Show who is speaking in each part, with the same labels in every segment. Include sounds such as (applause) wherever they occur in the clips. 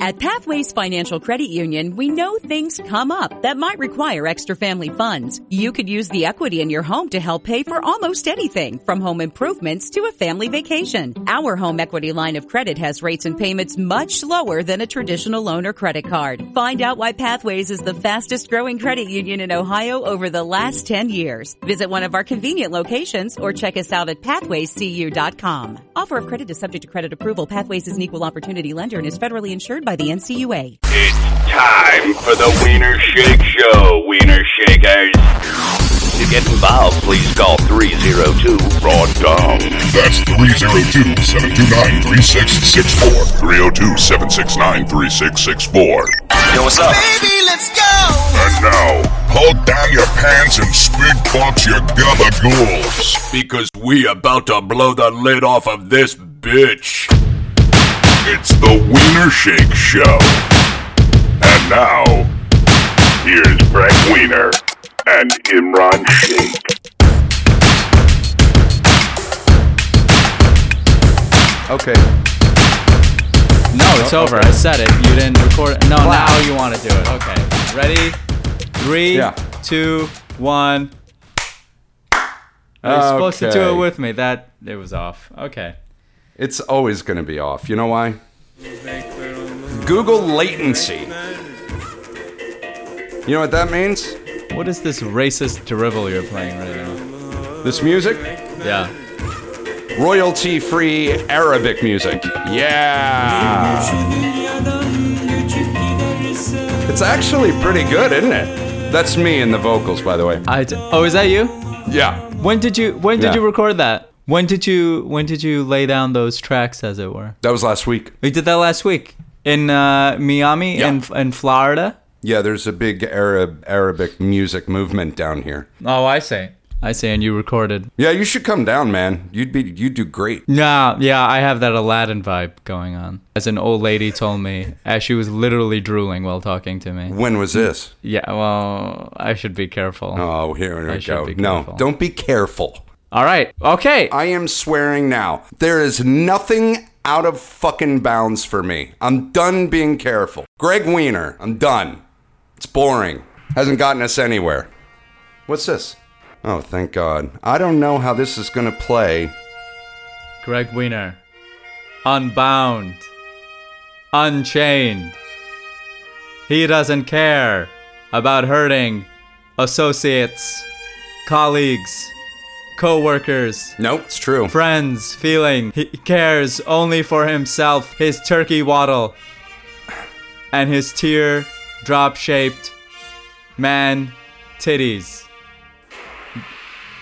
Speaker 1: At Pathways Financial Credit Union, we know things come up that might require extra family funds. You could use the equity in your home to help pay for almost anything from home improvements to a family vacation. Our home equity line of credit has rates and payments much lower than a traditional loan or credit card. Find out why Pathways is the fastest growing credit union in Ohio over the last 10 years. Visit one of our convenient locations or check us out at pathwayscu.com. Offer of credit is subject to credit approval. Pathways is an equal opportunity lender and is federally insured by the NCUA.
Speaker 2: It's time for the Wiener Shake Show, Wiener Shakers. To get involved, please call 302 Raw Dom.
Speaker 3: That's 302 729 3664. 302 769 3664.
Speaker 2: Yo, what's up?
Speaker 4: Baby, let's go.
Speaker 3: And now, hold down your pants and spit box your gabagools.
Speaker 2: Because we about to blow the lid off of this bitch.
Speaker 3: It's the Wiener Shake Show. And now, here's Brett Wiener and Imran Shake.
Speaker 5: Okay.
Speaker 6: No, it's over. I said it. You didn't record. No, now you want to do it. Okay. Ready? Three,
Speaker 5: Yeah.
Speaker 6: two, one. You're supposed to do
Speaker 5: Okay.
Speaker 6: it with me. That it was off. Okay.
Speaker 5: It's always going to be off. You know why? Google latency. You know what that means?
Speaker 6: What is this racist drivel you're playing right now?
Speaker 5: This music?
Speaker 6: Yeah.
Speaker 5: Royalty free Arabic music. Yeah. It's actually pretty good, isn't it? That's me in the vocals, by the way.
Speaker 6: I d- oh, is that you?
Speaker 5: Yeah.
Speaker 6: When did you When did
Speaker 5: Yeah.
Speaker 6: you record that? When did you When did you lay down those tracks, as it were?
Speaker 5: That was last week.
Speaker 6: We did that last week in uh, Miami
Speaker 5: Yeah.
Speaker 6: in in Florida.
Speaker 5: Yeah, there's a big Arab Arabic music movement down here.
Speaker 6: Oh, I see. I see. And you recorded.
Speaker 5: Yeah, you should come down, man. You'd be you'd do great.
Speaker 6: Nah, yeah, I have that Aladdin vibe going on. As an old lady told me, as she was literally drooling while talking to me.
Speaker 5: When was this?
Speaker 6: Yeah, well, I should be careful.
Speaker 5: Oh, here
Speaker 6: I
Speaker 5: we
Speaker 6: should
Speaker 5: go.
Speaker 6: be
Speaker 5: No,
Speaker 6: careful.
Speaker 5: don't be careful.
Speaker 6: All right, okay.
Speaker 5: I am swearing now. There is nothing out of fucking bounds for me. I'm done being careful. Greg Wiener, I'm done. It's boring. Hasn't gotten us anywhere. What's this? Oh, thank God. I don't know how this is going to play.
Speaker 6: Greg Wiener, unbound, unchained. He doesn't care about hurting associates, colleagues, co-workers.
Speaker 5: Nope, it's true.
Speaker 6: friends feeling he cares only for himself his turkey waddle and his tear drop shaped man titties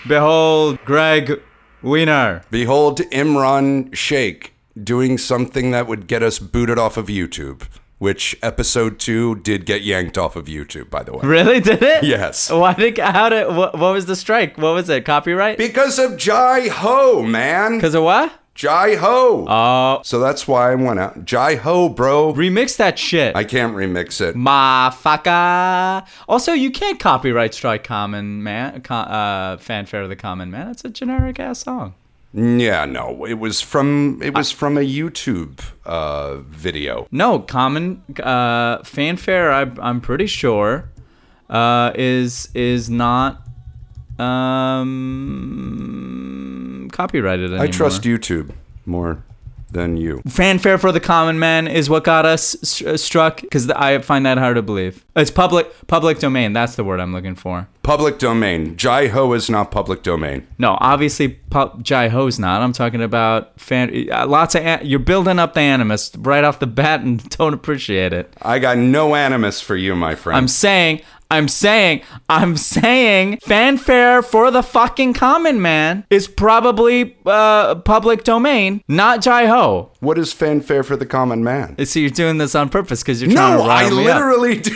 Speaker 6: behold greg wiener
Speaker 5: Behold Imran Sheikh doing something that would get us booted off of YouTube, which episode 2 did get yanked off of YouTube, by the way.
Speaker 6: really did it
Speaker 5: Yes.
Speaker 6: why did how did what, what was the strike what was it copyright
Speaker 5: Because of Jai Ho, man.
Speaker 6: because of what
Speaker 5: Jai Ho.
Speaker 6: oh
Speaker 5: So that's why I went out. Jai Ho, bro.
Speaker 6: remix that shit
Speaker 5: I can't remix
Speaker 6: Mm.
Speaker 5: it.
Speaker 6: Ma fucka. Also, you can't copyright strike common man co- uh, fanfare of the common man. It's a generic ass song.
Speaker 5: Mm, Yeah, no. It was from it was from a YouTube uh video.
Speaker 6: No, common uh, fanfare. I, I'm pretty sure uh, is is not um, copyrighted anymore.
Speaker 5: I trust YouTube more than you.
Speaker 6: Fanfare for the common man is what got us st- struck because I find that hard to believe. It's public public domain. That's the word I'm looking for.
Speaker 5: Public domain. Jai Ho is not public domain.
Speaker 6: No, obviously Pop Jai Ho's not. I'm talking about fan. uh, Lots of an- you're building up the animus right off the bat and (laughs) don't appreciate it.
Speaker 5: I got no animus for you, my friend.
Speaker 6: I'm saying, I'm saying, I'm saying, fanfare for the fucking common man is probably uh, public domain, not Jai Ho.
Speaker 5: What is fanfare for the common man?
Speaker 6: So you're doing this on purpose because you're
Speaker 5: no,
Speaker 6: trying to rile
Speaker 5: I
Speaker 6: me up.
Speaker 5: literally (laughs) do.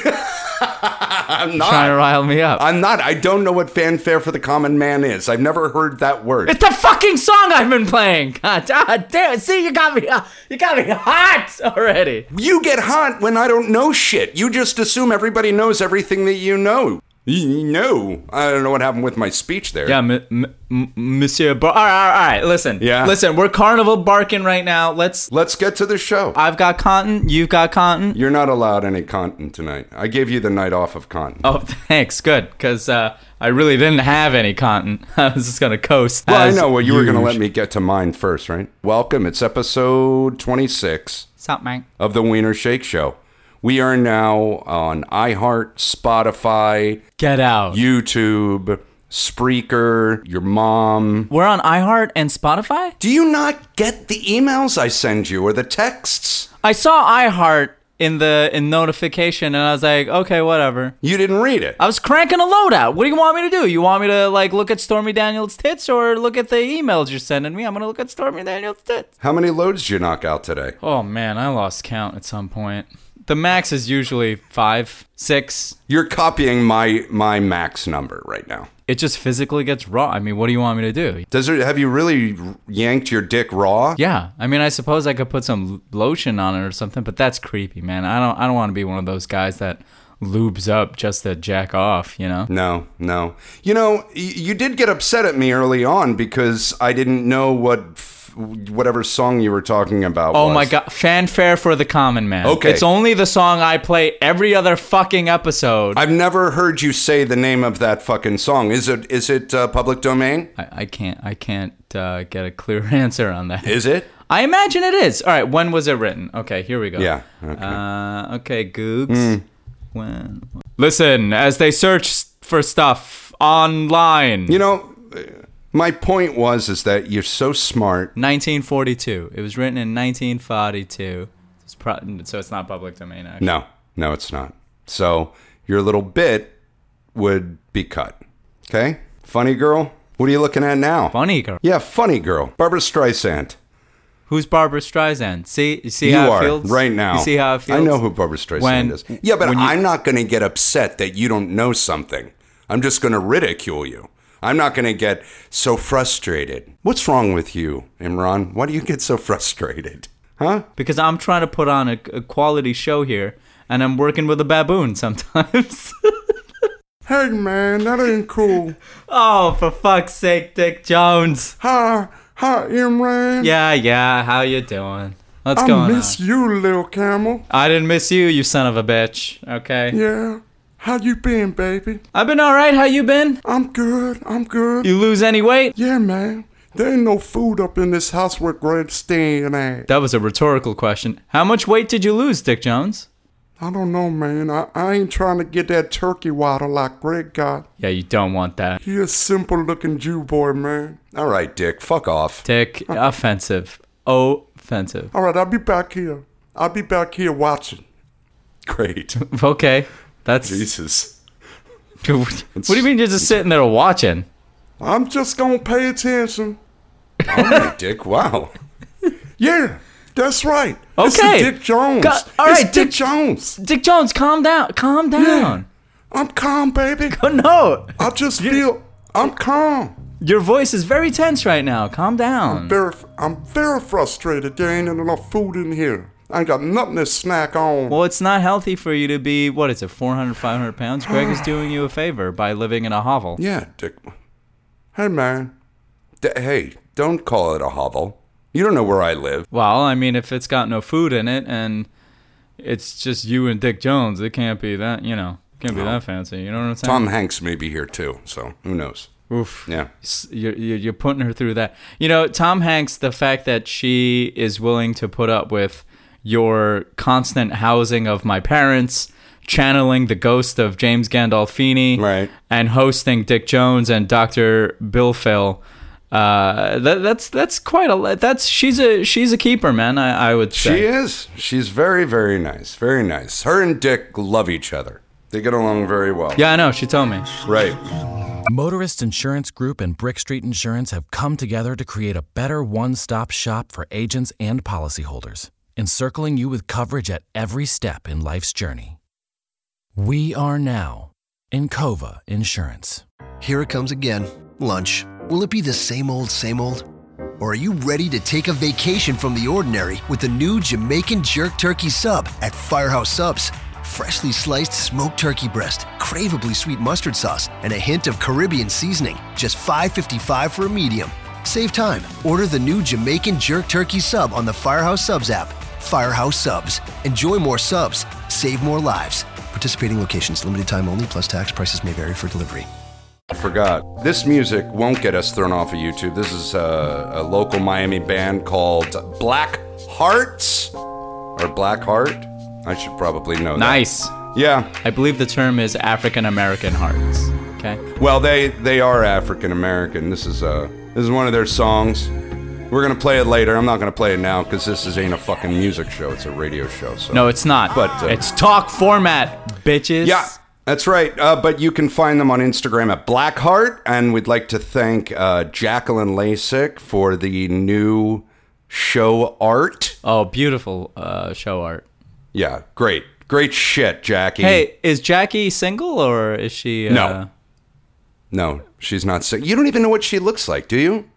Speaker 5: I'm
Speaker 6: Trying to
Speaker 5: not.
Speaker 6: rile me up.
Speaker 5: I'm not. I don't know what fanfare for the common man is. I've never heard that word.
Speaker 6: It's the fucking song I've been playing. (laughs) God, God damn! See, you got me, uh, you got me hot already.
Speaker 5: You get hot when I don't know shit. You just assume everybody knows everything that you know. Y- No, I don't know what happened with my speech there.
Speaker 6: Yeah, m- m- m- Monsieur Bar. All right, all right, all right, listen.
Speaker 5: Yeah.
Speaker 6: Listen, we're carnival barking right now. Let's.
Speaker 5: Let's get to the show.
Speaker 6: I've got content. You've got content.
Speaker 5: You're not allowed any content tonight. I gave you the night off of content.
Speaker 6: Oh, (laughs) thanks. Good. Because uh, I really didn't have any content. (laughs) I was just going to coast.
Speaker 5: Well, I
Speaker 6: as
Speaker 5: know. Well, you were going to let
Speaker 6: usual.
Speaker 5: me get to mine first, right? Welcome. It's episode 26
Speaker 6: Sup, man?
Speaker 5: of the Wiener Shake Show. We are now on iHeart, Spotify,
Speaker 6: Get out.
Speaker 5: YouTube, Spreaker, your mom.
Speaker 6: we're on iHeart and Spotify?
Speaker 5: Do you not get the emails I send you or the texts?
Speaker 6: I saw iHeart in the in notification and I was like, okay, whatever.
Speaker 5: You didn't read it.
Speaker 6: I was cranking a load out. What do you want me to do? You want me to like look at Stormy Daniels' tits or look at the emails you're sending me? I'm gonna look at Stormy Daniels' tits.
Speaker 5: How many loads did you knock out today?
Speaker 6: Oh man, I lost count at some point. The max is usually five, six.
Speaker 5: You're copying my my max number right now.
Speaker 6: It just physically gets raw. I mean, what do you want me to do?
Speaker 5: Does it have you really yanked your dick raw?
Speaker 6: Yeah, I mean, I suppose I could put some l- lotion on it or something, but that's creepy, man. I don't, I don't want to be one of those guys that lubes up just to jack off, you know?
Speaker 5: No, no. You know, y- you did get upset at me early on because I didn't know what f- whatever song you were talking about.
Speaker 6: Oh
Speaker 5: was.
Speaker 6: my god, fanfare for the common man.
Speaker 5: Okay.
Speaker 6: It's only the song I play every other fucking episode. I,
Speaker 5: I've never heard you say the name of that fucking song. Is it is it uh, public domain?
Speaker 6: I can't I can't uh, get a clear (laughs) answer on that.
Speaker 5: Is it?
Speaker 6: I imagine it is. All right, when was it written? Okay, here we go.
Speaker 5: Yeah. Hmm. Okay.
Speaker 6: Uh, okay, Googs. When? Listen, as they search s- for stuff online.
Speaker 5: you know, uh, my point was is that you're so smart.
Speaker 6: 1942. It was written in 1942. It's pro- so it's not public domain. Actually.
Speaker 5: No, no, it's not. So your little bit would be cut. Okay, funny girl. What are you looking at now?
Speaker 6: Funny girl.
Speaker 5: yeah, funny girl. Barbara Streisand.
Speaker 6: Who's Barbara Streisand? See, you see
Speaker 5: you
Speaker 6: how it
Speaker 5: are
Speaker 6: feels
Speaker 5: right now.
Speaker 6: You see how it feels.
Speaker 5: I know who Barbara Streisand
Speaker 6: When-
Speaker 5: is. Yeah, but
Speaker 6: when you-
Speaker 5: I'm not going to get upset that you don't know something. I'm just going to ridicule you. I'm not going to get so frustrated. What's wrong with you, Imran? Why do you get so (laughs) frustrated? Huh?
Speaker 6: because I'm trying to put on a, a quality show here, and I'm working with a baboon sometimes. (laughs)
Speaker 5: Hey, man, that ain't cool.
Speaker 6: oh, for fuck's sake, Dick Jones.
Speaker 5: Hi, hi, Imran.
Speaker 6: Yeah, yeah. How you doing? What's going on?
Speaker 5: you, little camel.
Speaker 6: I didn't miss you, you son of a bitch. Okay.
Speaker 5: Yeah. How you been, baby?
Speaker 6: I've been all right. How you been?
Speaker 5: I'm good. I'm good.
Speaker 6: You lose any weight?
Speaker 5: Yeah, man. There ain't no food up in this house where Greg staying at.
Speaker 6: That was a rhetorical question. How much weight did you lose, Dick Jones?
Speaker 5: I don't know, man. I, I ain't trying to get that turkey water like Greg got.
Speaker 6: Yeah, you don't want that.
Speaker 5: He a simple looking Jew boy, man. All right, Dick. Fuck off. (laughs)
Speaker 6: Dick, offensive. Offensive.
Speaker 5: All right, I'll be back here. I'll be back here watching. Great. (laughs)
Speaker 6: Okay. That's.
Speaker 5: Jesus.
Speaker 6: (laughs) What do you mean you're just sitting there watching?
Speaker 5: I'm just gonna pay attention. All right, Oh (laughs) Dick. Wow. Yeah, that's right. It's the
Speaker 6: Okay.
Speaker 5: Dick Jones.
Speaker 6: Go- all
Speaker 5: It's Dick
Speaker 6: right, Dick-
Speaker 5: Jones.
Speaker 6: Dick Jones, calm down. Calm down.
Speaker 5: I'm calm, baby.
Speaker 6: Oh no.
Speaker 5: I just feel I'm calm.
Speaker 6: Your voice is very tense right now. Calm down.
Speaker 5: Very, I'm very frustrated. There ain't enough food in here. I ain't got nothing to snack on.
Speaker 6: Well, it's not healthy for you to be, what is it, 400, 500 pounds?
Speaker 5: (sighs)
Speaker 6: Greg is doing you a favor by living in a hovel.
Speaker 5: Yeah, Dick. Hey, man. D- hey, don't call it a hovel. You don't know where I live.
Speaker 6: Well, I mean, if it's got no food in it and it's just you and Dick Jones, it can't be that, you know, can't be that fancy. You know what I'm saying?
Speaker 5: Tom Hanks may be here too, so who knows?
Speaker 6: Oof.
Speaker 5: Yeah.
Speaker 6: S- You're, you're you're putting her through that. You know, Tom Hanks, the fact that she is willing to put up with your constant housing of my parents, channeling the ghost of James Gandolfini,
Speaker 5: Right.
Speaker 6: and hosting Dick Jones and Dr. Bill Phil. Uh, that, that's that's quite a li- that's she's a she's a keeper, man. I, I would say
Speaker 5: She is. She's very, very nice. Very nice. Her and Dick love each other. They get along very well.
Speaker 6: Yeah, I know. She told me.
Speaker 5: Right.
Speaker 4: Motorist Insurance Group and Brick Street Insurance have come together to create a better one stop shop for agents and policyholders, encircling you with coverage at every step in life's journey. We are now Encova Insurance.
Speaker 7: Here it comes again. Lunch. Will it be the same old, same old? Or are you ready to take a vacation from the ordinary with the new Jamaican Jerk Turkey Sub at Firehouse Subs? freshly sliced smoked turkey breast, craveably sweet mustard sauce, and a hint of Caribbean seasoning. Just $5.55 for a medium. Save time. Order the new Jamaican Jerk Turkey Sub on the Firehouse Subs app. Firehouse Subs. Enjoy more subs. Save more lives. Participating locations, limited time only, plus tax prices may vary for delivery.
Speaker 5: I forgot. This music won't get us thrown off of YouTube. This is a, a local Miami band called Black Hearts or Black Heart. I should probably know
Speaker 6: Nice.
Speaker 5: that. Yeah.
Speaker 6: I believe the term is African American hearts. Okay.
Speaker 5: Well, they they are African American. This is uh this is one of their songs. We're gonna play it later. I'm not gonna play it now because this is ain't a fucking music show. It's a radio show. So
Speaker 6: No, it's not.
Speaker 5: But, uh,
Speaker 6: it's talk format, bitches.
Speaker 5: yeah. That's right. Uh, but you can find them on Instagram at Blackheart. And we'd like to thank uh, Jacqueline Lasik for the new show art.
Speaker 6: Oh, beautiful uh, show art.
Speaker 5: Yeah, great. Great shit, Jackie.
Speaker 6: Hey, is Jackie single or is she? Uh,
Speaker 5: No. No, she's not sick. You don't even know what she looks like, do you?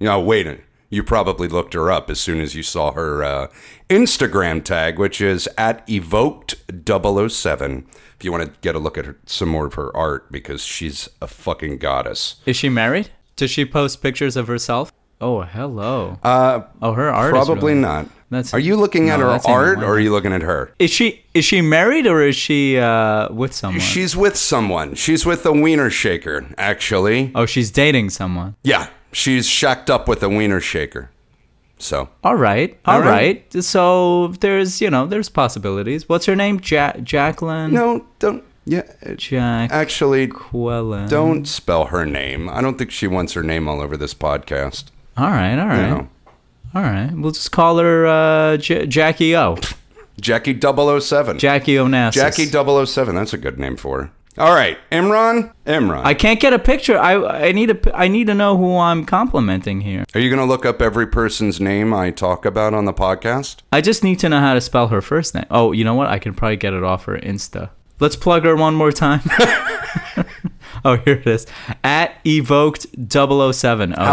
Speaker 5: You know, wait. a- You probably looked her up as soon as you saw her uh, Instagram tag, which is at evoked007. If you want to get a look at her, some more of her art, because she's a fucking goddess.
Speaker 6: Is she married? Does she post pictures of herself? Oh, hello.
Speaker 5: Uh,
Speaker 6: oh, her art. is
Speaker 5: probably
Speaker 6: really-
Speaker 5: not.
Speaker 6: That's-
Speaker 5: are you looking at
Speaker 6: no,
Speaker 5: her
Speaker 6: that's even
Speaker 5: art, or are
Speaker 6: wider.
Speaker 5: you looking at her?
Speaker 6: Is she is she married or is she uh, with someone?
Speaker 5: She's with someone. She's with a wiener shaker, actually.
Speaker 6: oh, she's dating someone.
Speaker 5: Yeah, she's shacked up with a wiener shaker. So
Speaker 6: All right, all
Speaker 5: right.
Speaker 6: right. So there's you know there's possibilities. What's her name? Ja- Jacqueline.
Speaker 5: no, don't. Yeah, it-
Speaker 6: Jacqueline.
Speaker 5: actually,
Speaker 6: Mm.
Speaker 5: don't spell her name. I don't think she wants her name all over this podcast.
Speaker 6: All right, all
Speaker 5: You
Speaker 6: right,
Speaker 5: know,
Speaker 6: all right. We'll just call her uh, J- Jackie O.
Speaker 5: Jackie 007.
Speaker 6: Jackie Onassis.
Speaker 5: Jackie 007. That's a good name for her. All right, Imran. Imran.
Speaker 6: I can't get a picture. I I need a pi- I need to know who I'm complimenting here.
Speaker 5: Are you going to look up every person's name I talk about on the podcast?
Speaker 6: I just need to know how to spell her first name. Oh, you know what? I can probably get it off her Insta. Let's plug her one
Speaker 5: (laughs)
Speaker 6: more time. (laughs) oh, here it is. At evoked 007. Oh,
Speaker 5: how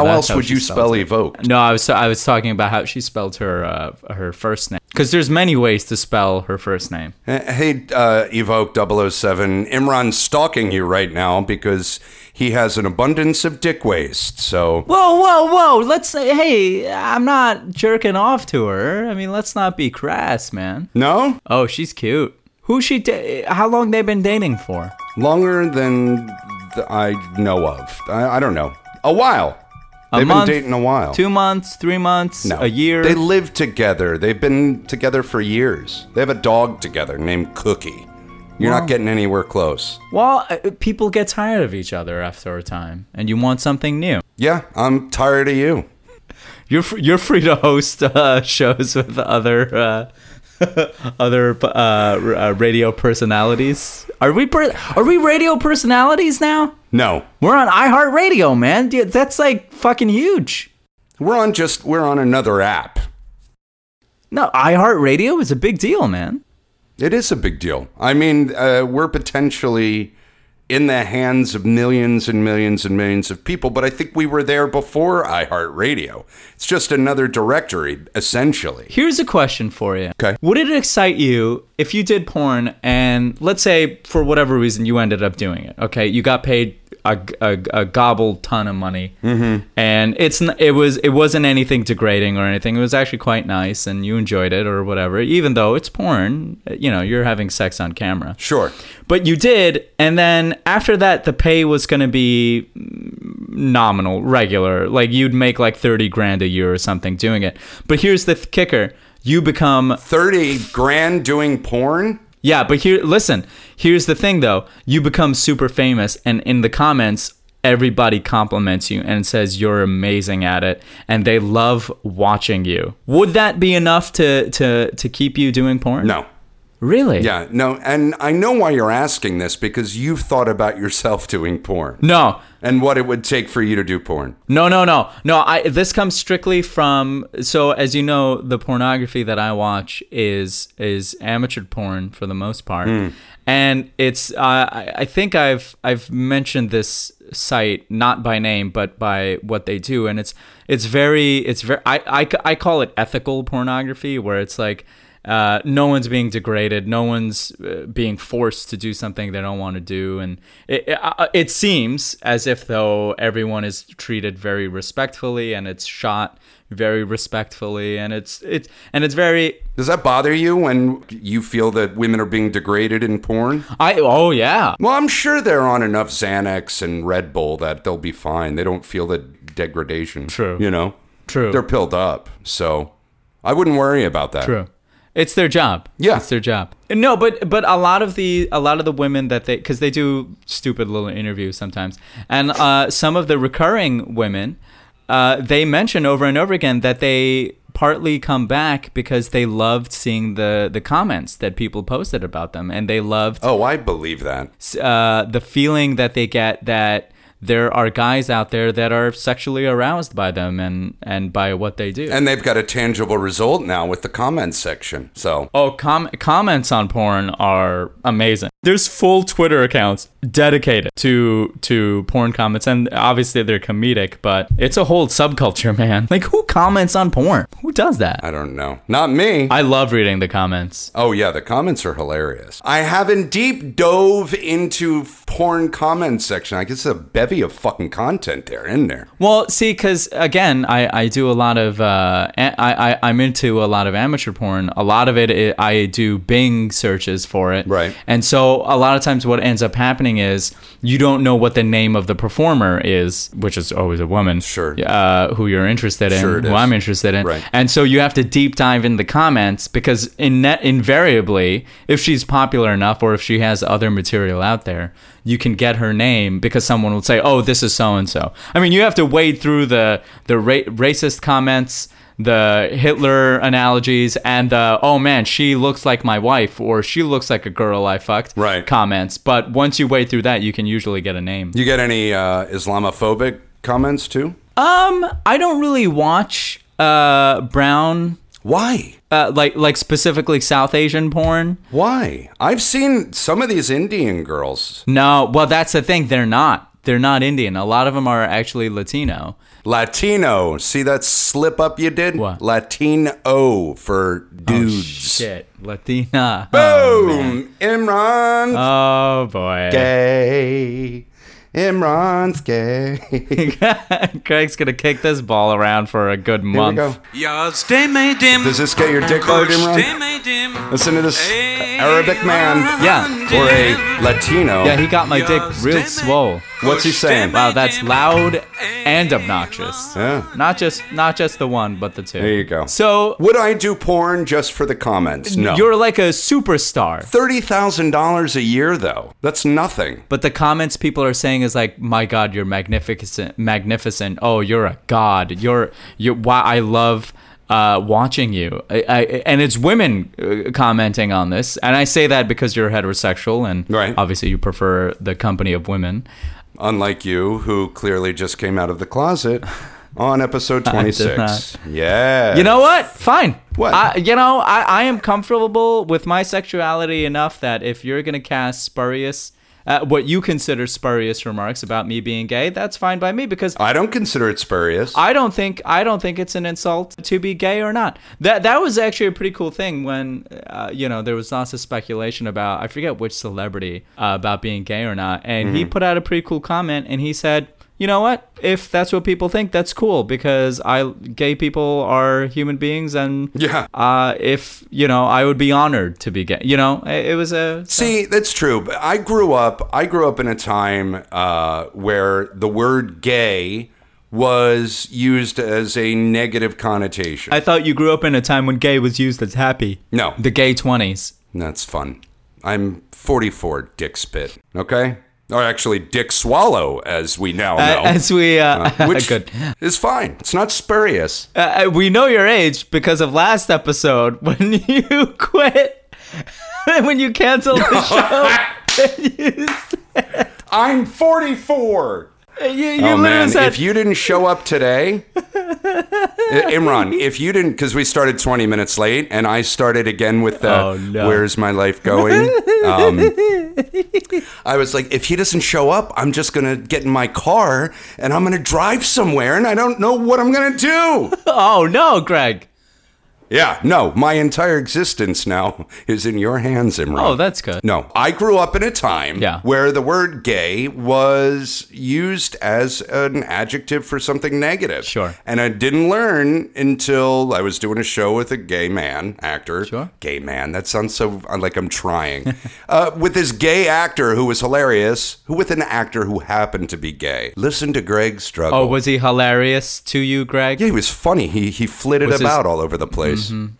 Speaker 6: that's
Speaker 5: else would
Speaker 6: she
Speaker 5: you
Speaker 6: spells
Speaker 5: spell
Speaker 6: it.
Speaker 5: evoked?
Speaker 6: No, I was I was talking about how she spelled her uh, her first name because there's many ways to spell her first name.
Speaker 5: Eh, Hey, uh, Evoke 007, Imran's stalking you right now because he has an abundance of dick waste. So,
Speaker 6: Whoa, whoa, whoa! Let's say, hey, I'm not jerking off to her. I mean, let's not be crass, man.
Speaker 5: no?
Speaker 6: Oh, she's cute. Who she? Da- how long they been dating for?
Speaker 5: Longer than th- I know of. I, I don't know. A while.
Speaker 6: A
Speaker 5: They've
Speaker 6: month,
Speaker 5: been dating a while.
Speaker 6: Two months, three months,
Speaker 5: Oh. no.
Speaker 6: a year.
Speaker 5: They live together. They've been together for years. They have a dog together named Cookie. You're not getting anywhere close.
Speaker 6: well, uh, people get tired of each other after a time, and you want something new.
Speaker 5: Yeah, I'm tired of you.
Speaker 6: You're fr- you're free to host uh, (laughs) shows with other uh, (laughs) other uh, r- uh, radio personalities. Are we per- are we radio personalities now?
Speaker 5: No.
Speaker 6: We're on iHeartRadio, man. Dude, That's like fucking huge.
Speaker 5: We're on just, we're on another app.
Speaker 6: No, iHeartRadio is a big deal, man.
Speaker 5: It is a big deal. I mean, uh, we're potentially in the hands of millions and millions and millions of people, but I think we were there before iHeartRadio. It's just another directory, essentially.
Speaker 6: Here's a question for you.
Speaker 5: Okay.
Speaker 6: Would it excite you if you did porn and let's say for whatever reason you ended up doing it? Okay, you got paid a, a, a gobble ton of money, mm-hmm. and it's n- it was it wasn't anything degrading or anything. It was actually quite nice, and you enjoyed it or whatever. Even though it's porn, you know you're having sex on camera.
Speaker 5: Sure.
Speaker 6: But you did, and then after that, the pay was going to be mm, nominal, regular. Like you'd make like thirty grand a year or something doing it. But here's the th- kicker: you become
Speaker 5: 30 grand doing porn?
Speaker 6: yeah. But here, listen. Here's the thing, though: you become super famous, and in the comments, everybody compliments you and says you're amazing at it, and they love watching you. Would that be enough to to to keep you doing porn?
Speaker 5: No.
Speaker 6: really.
Speaker 5: Yeah, no. And I know why you're asking this because you've thought about yourself (laughs) doing porn
Speaker 6: No,
Speaker 5: and what it would take for you to do porn.
Speaker 6: No, no, no, no. I this comes strictly from so as you know, the pornography that I watch is is amateur porn for the most part, and it's uh, I I think I've I've mentioned this site not by name but by what they do, and it's it's very it's very I I, I call it ethical pornography where it's like Uh, no one's being degraded. No one's uh, being forced to do something they don't want to do, and it, it, uh, it seems as if though everyone is treated very respectfully, and it's shot very respectfully, and it's it's and it's very
Speaker 5: Does that bother you when you feel that women are being degraded in porn?
Speaker 6: I oh yeah
Speaker 5: Well, I'm sure they're on enough Xanax and Red Bull that they'll be fine. They don't feel the degradation.
Speaker 6: True.
Speaker 5: You know?
Speaker 6: True.
Speaker 5: They're pilled up. So I wouldn't worry about that.
Speaker 6: True. It's their job.
Speaker 5: Yeah.
Speaker 6: it's their job. No, but but a lot of the a lot of the women that they because they do stupid little interviews sometimes, and uh, some of the recurring women, uh, they mention over and over again that they partly come back because they loved seeing the the comments that people posted about them, and they loved
Speaker 5: Oh, I believe that.
Speaker 6: uh, the feeling that they get that there are guys out there that are sexually aroused by them and and by what they do.
Speaker 5: And they've got a tangible result now with the comments section. So
Speaker 6: Oh, com- comments on porn are amazing. There's full Twitter accounts dedicated to to porn comments, and obviously they're comedic, but it's a whole subculture, (laughs) man. Like, who comments on porn? Who does that?
Speaker 5: I don't know. Not me.
Speaker 6: I love reading the comments.
Speaker 5: Oh yeah, the comments are hilarious. I haven't deep dove into porn comment section. I guess a bevy of fucking content there in there.
Speaker 6: Well, see, because again, I, I do a lot of uh, a- I, I I'm into a lot of amateur porn. A lot of it i I do Bing searches for it,
Speaker 5: Right.
Speaker 6: And so a lot of times, what ends up happening is you don't know what the name of the performer is, which is always a woman,
Speaker 5: Sure.
Speaker 6: uh, who you're interested in,
Speaker 5: Sure it
Speaker 6: who
Speaker 5: is.
Speaker 6: I'm interested in,
Speaker 5: Right.
Speaker 6: and so you have to deep dive in the comments because in net invariably, if she's popular enough or if she has other material out there, you can get her name because someone will say, "Oh, this is so and so." I mean, you have to wade through the the ra- racist comments, the Hitler analogies, and the "Oh man, she looks like my wife" or "She looks like a girl I fucked"
Speaker 5: Right.
Speaker 6: comments. But once you wade through that, you can usually get a name.
Speaker 5: You get any uh, Islamophobic comments too?
Speaker 6: Um, I don't really watch uh, brown
Speaker 5: Why?
Speaker 6: uh, like like specifically South Asian porn.
Speaker 5: Why? I've seen some of these Indian girls,
Speaker 6: No, well that's the thing. They're not. They're not Indian. A lot of them are actually Latino.
Speaker 5: Latino. See that slip up you did?
Speaker 6: What? Oh,
Speaker 5: Latino for dudes.
Speaker 6: Shit, Latina.
Speaker 5: Boom! Imran's
Speaker 6: Oh boy. (laughs)
Speaker 5: gay. Imran's gay.
Speaker 6: Craig's gonna kick this ball around for a good
Speaker 5: Here we
Speaker 6: month.
Speaker 5: go.
Speaker 8: Does
Speaker 5: Does this get your dick hard, Imran? Listen to this Arabic man
Speaker 6: Yeah.
Speaker 5: or a Latino.
Speaker 6: Yeah, he got my dick real swole.
Speaker 5: What's he saying?
Speaker 6: Wow, that's loud and obnoxious.
Speaker 5: Yeah.
Speaker 6: Not just not just the one, but the two.
Speaker 5: There you go.
Speaker 6: So
Speaker 5: Would I do porn just for the comments? No.
Speaker 6: you're like a superstar.
Speaker 5: $30,000 a year, though. That's nothing.
Speaker 6: But the comments people are saying is like, "My God, you're magnificent, magnificent. Oh, you're a god. You're you. Why I love uh, watching you." I, I, and it's women uh, commenting on this, and I say that because you're heterosexual and
Speaker 5: Right.
Speaker 6: obviously you prefer the company of women.
Speaker 5: Unlike you, who clearly just came out of the
Speaker 6: (laughs)
Speaker 5: closet on episode 26. Yeah.
Speaker 6: You know what? Fine.
Speaker 5: What?
Speaker 6: I, you know, I, I am comfortable with my sexuality enough that if you're gonna cast spurious. Uh, what you consider spurious remarks about me being gay, that's fine by me because
Speaker 5: I don't consider it spurious.
Speaker 6: I don't think I don't think it's an insult to be gay or not. That that was actually a pretty cool thing when uh, you know there was lots of speculation about I forget which celebrity uh, about being gay or not, and he
Speaker 5: Mm-hmm.
Speaker 6: put out a pretty cool comment and he said, you know what, if that's what people think, that's cool because I gay people are human beings and
Speaker 5: Yeah.
Speaker 6: uh, if you know I would be honored to be gay. You know, it, it was a
Speaker 5: See, that's true. But I grew up. I grew up in a time uh, where the word "gay" was used as a negative connotation.
Speaker 6: I thought you grew up in a time when gay was used as happy.
Speaker 5: No.
Speaker 6: the gay twenties.
Speaker 5: that's fun. I'm 44, dick spit. Okay, or actually, dick swallow, as we now know.
Speaker 6: (laughs) As we uh,
Speaker 5: which
Speaker 6: (laughs) good.
Speaker 5: is fine. It's not spurious.
Speaker 6: Uh, we know your age because of last episode (laughs) when you quit, (laughs) when you canceled the show. you
Speaker 5: I'm 44.
Speaker 6: you,
Speaker 5: (laughs)
Speaker 6: you
Speaker 5: oh
Speaker 6: literally
Speaker 5: man,
Speaker 6: said,
Speaker 5: if you didn't show up
Speaker 6: (laughs)
Speaker 5: today, I- Imran, if you didn't, because we started 20 minutes late, and I started again with the
Speaker 6: Oh, no.
Speaker 5: "Where's my life going?" Um, I was like, if he doesn't show up, I'm just gonna get in my car and I'm gonna drive somewhere, and I don't know what I'm gonna do.
Speaker 6: "Oh no, Greg."
Speaker 5: (laughs) Yeah, no, my entire existence now is in your hands, Imran.
Speaker 6: Oh, that's good.
Speaker 5: No, I grew up in a time
Speaker 6: Yeah.
Speaker 5: where the word gay was used as an adjective for something negative.
Speaker 6: Sure.
Speaker 5: And I didn't learn until I was doing a show with a gay man actor.
Speaker 6: Sure.
Speaker 5: Gay man. That sounds so uh, like I'm trying. (laughs) uh, with this gay actor who was hilarious, who with an actor who happened to be gay. Listen to Greg struggle.
Speaker 6: Oh, was he hilarious to you, Greg?
Speaker 5: yeah, he was funny. He he flitted
Speaker 6: Was his- Mm-hmm.
Speaker 5: about all over the place.
Speaker 6: Go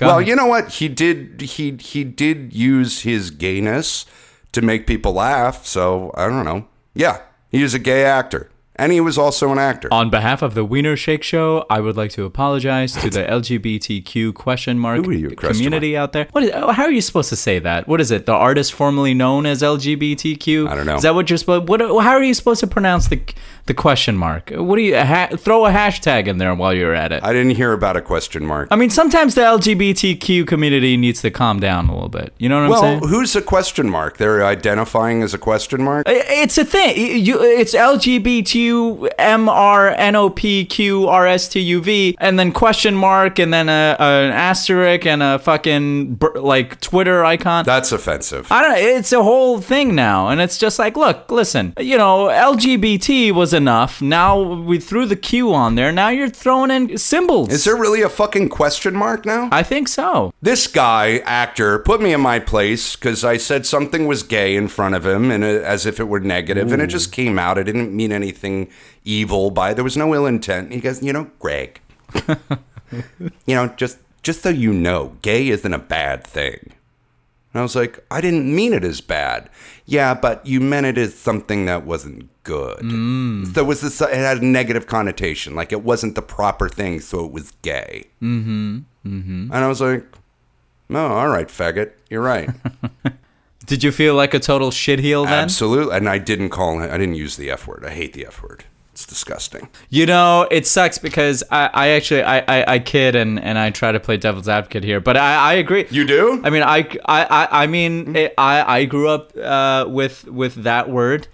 Speaker 5: Well,
Speaker 6: ahead.
Speaker 5: you know what? He did he he did use his gayness to make people laugh, so I don't know. Yeah, he was a gay actor. And he was also an actor.
Speaker 6: On behalf of the Wiener Shake Show, I would like to apologize to the LGBTQ question mark
Speaker 5: Who are you, customer?
Speaker 6: community out there. What is? oh, How are you supposed to say that? What is it? The artist formerly known as LGBTQ.
Speaker 5: I don't know.
Speaker 6: Is that what you're supposed? What? How are you supposed to pronounce the the question mark? What do you ha- throw a hashtag in there while you're at it? I,
Speaker 5: I didn't hear about a question mark.
Speaker 6: mean, sometimes the LGBTQ community needs to calm down a little bit. You know what I'm
Speaker 5: well,
Speaker 6: saying?
Speaker 5: who's a question mark? They're identifying as a question mark?
Speaker 6: I- It's a thing. Y- You, it's LGBTQ M R N O P Q R S T U V, and then question mark, and then a, an asterisk, and a fucking br- like Twitter icon.
Speaker 5: That's offensive.
Speaker 6: I don't. It's a whole thing now, and it's just like, look, listen. You know, LGBT was enough. Now we threw the Q on there. Now you're throwing in symbols.
Speaker 5: Is there really a fucking question mark now?
Speaker 6: I think so.
Speaker 5: this guy, actor, put me in my place because I said something was gay in front of him, and it, as if it were negative, and it just came out. It didn't mean anything evil by. There was no ill intent. He goes, you know, (laughs) Greg, you know, just just so you know, gay isn't a bad thing. And I was like, I didn't mean it as bad. Yeah, but you meant it as something that wasn't good. So it was this? It had a negative connotation, like it wasn't the proper thing, so it was gay. Mm-hmm. Mm-hmm. And I was like, No, all right, faggot, you're right,
Speaker 6: Did you feel like a total shitheel then?
Speaker 5: absolutely. And I didn't call him. I didn't use the f word. I hate the f word. It's disgusting.
Speaker 6: You know, it sucks because I, I actually I, I, I kid and, and I try to play devil's advocate here, but I, I agree.
Speaker 5: You do? Mm-hmm.
Speaker 6: I mean, I I I, I mean, it, I I grew up uh, with with that word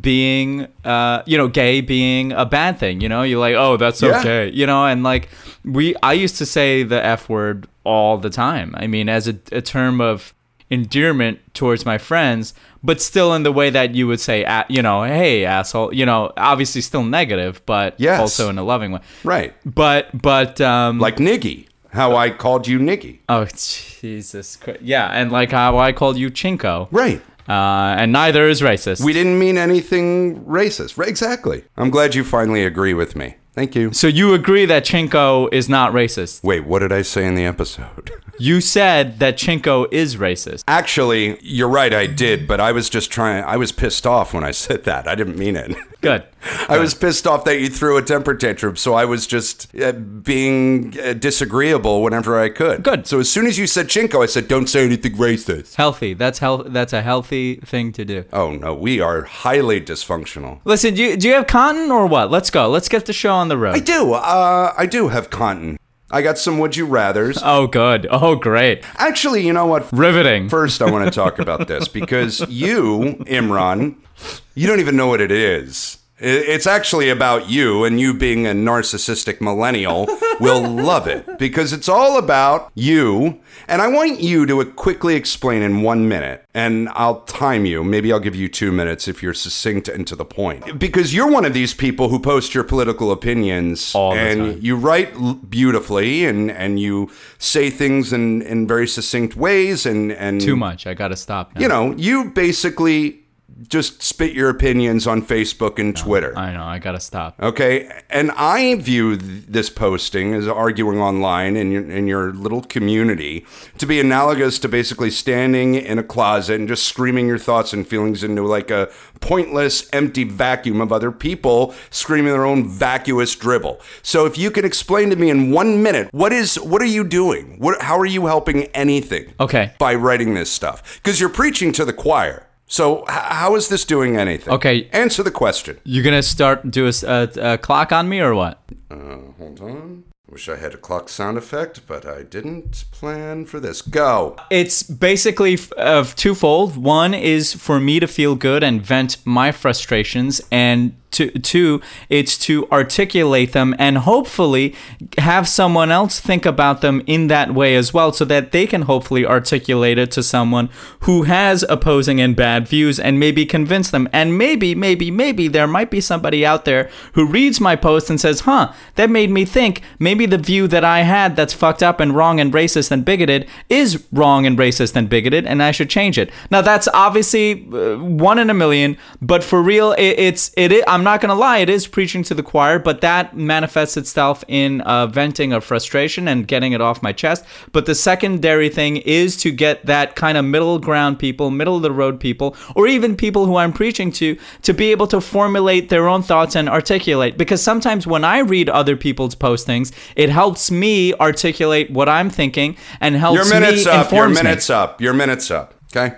Speaker 6: being uh you know gay being a bad thing you know you're like oh that's so
Speaker 5: Yeah.
Speaker 6: gay you know and like we i used to say the f word all the time i mean as a, a term of endearment towards my friends but still in the way that you would say a- you know hey asshole you know obviously still negative but
Speaker 5: Yes.
Speaker 6: also in a loving way
Speaker 5: Right,
Speaker 6: but but um
Speaker 5: like Niggy. How I called you Niggy.
Speaker 6: oh jesus christ yeah and like how i called you chinko
Speaker 5: Right.
Speaker 6: uh, and neither is racist.
Speaker 5: We didn't mean anything racist. Right, exactly. I'm glad you finally agree with me. Thank you.
Speaker 6: so you agree that Chinko is not racist.
Speaker 5: Wait, what did I say in the episode? (laughs)
Speaker 6: You said that Chinko is racist.
Speaker 5: Actually, you're right, I did, but I was just trying, I was pissed off when I said that. I didn't mean it.
Speaker 6: Good.
Speaker 5: I was pissed off that you threw a temper tantrum, so I was just uh, being uh, disagreeable whenever I could.
Speaker 6: Good.
Speaker 5: So as soon as you said chinko, I said, don't say anything racist.
Speaker 6: Healthy. That's health. That's a healthy thing to do.
Speaker 5: Oh, no, we are highly dysfunctional.
Speaker 6: Listen, do you, do you have cotton or what? Let's go. Let's get the show on the road.
Speaker 5: I do, uh, I do have cotton. I got some would you rathers.
Speaker 6: (laughs) oh, good. Oh, great.
Speaker 5: Actually, you know what?
Speaker 6: Riveting.
Speaker 5: First, I want to talk about this because you, Imran, you don't even know what it is. I- It's actually about you, and you being a narcissistic
Speaker 6: (laughs)
Speaker 5: millennial will love it because it's all about you. And I want you to quickly explain in one minute, and I'll time you. Maybe I'll give you two minutes if you're succinct and to the point. Because you're one of these people who post your political opinions
Speaker 6: All the
Speaker 5: and
Speaker 6: time.
Speaker 5: you write l- beautifully and, and you say things in, in very succinct ways and, and
Speaker 6: Too much. I gotta stop. Now.
Speaker 5: you know you basically just spit your opinions on facebook and twitter
Speaker 6: I know. I gotta stop.
Speaker 5: okay and i view th- this posting as arguing online in your, in your little community to be analogous to basically standing in a closet and just screaming your thoughts and feelings into like a pointless empty vacuum of other people screaming their own vacuous dribble so if you can explain to me in one minute what is what are you doing what, how are you helping anything
Speaker 6: Okay.
Speaker 5: by writing this stuff because you're preaching to the choir. So h- how is this doing anything?
Speaker 6: Okay.
Speaker 5: answer the question.
Speaker 6: You gonna start do a, s- a- a clock on me or what?
Speaker 5: Uh, Hold on. Wish I had a clock sound effect, but I didn't plan for this. Go.
Speaker 6: It's basically f- of twofold. One is for me to feel good and vent my frustrations, and to, to it's to articulate them and hopefully have someone else think about them in that way as well so that they can hopefully articulate it to someone who has opposing and bad views and maybe convince them and maybe maybe maybe there might be somebody out there who reads my post and says huh that made me think maybe the view that i had that's fucked up and wrong and racist and bigoted is wrong and racist and bigoted and i should change it now that's obviously uh, one in a million but for real it, it's it i- i'm not gonna lie it is preaching to the choir but that manifests itself in uh, venting of frustration and getting it off my chest but the secondary thing is to get that kind of middle ground people middle of the road people or even people who i'm preaching to to be able to formulate their own thoughts and articulate because sometimes when i read other people's postings it helps me articulate what i'm thinking and helps
Speaker 5: Your minutes
Speaker 6: me
Speaker 5: up. Your
Speaker 6: informs me.
Speaker 5: minutes up. Your minutes up. Okay.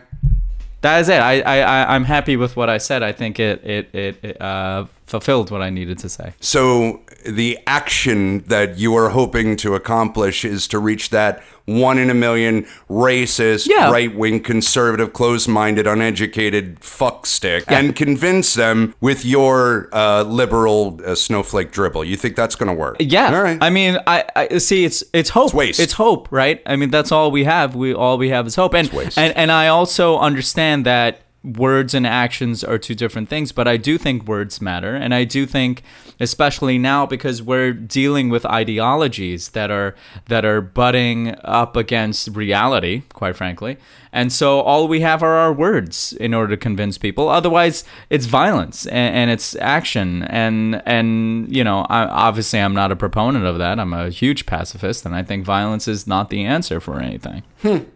Speaker 6: That is it. I, I, I I'm happy with what I said. I think it it it, it uh, fulfilled what I needed to say.
Speaker 5: So the action that you are hoping to accomplish is to reach that one in a million racist,
Speaker 6: Yeah.
Speaker 5: right wing, conservative, closed minded, uneducated fuck stick and convince them with your uh, liberal uh, snowflake dribble. You think that's going to work?
Speaker 6: Yeah.
Speaker 5: All right.
Speaker 6: I mean, I, I see. It's it's hope. It's,
Speaker 5: waste.
Speaker 6: hope, right? I mean, that's all we have. We all we have is hope. And
Speaker 5: waste.
Speaker 6: and and I also understand that words and actions are two different things, but I do think words matter, and I do think, especially now, because we're dealing with ideologies that are that are butting up against reality, quite frankly. And so all we have are our words in order to convince people. Otherwise, it's violence and, and it's action. And and you know, I, obviously, I'm not a proponent of that. I'm a huge pacifist, and I think violence is not the answer for anything.
Speaker 5: you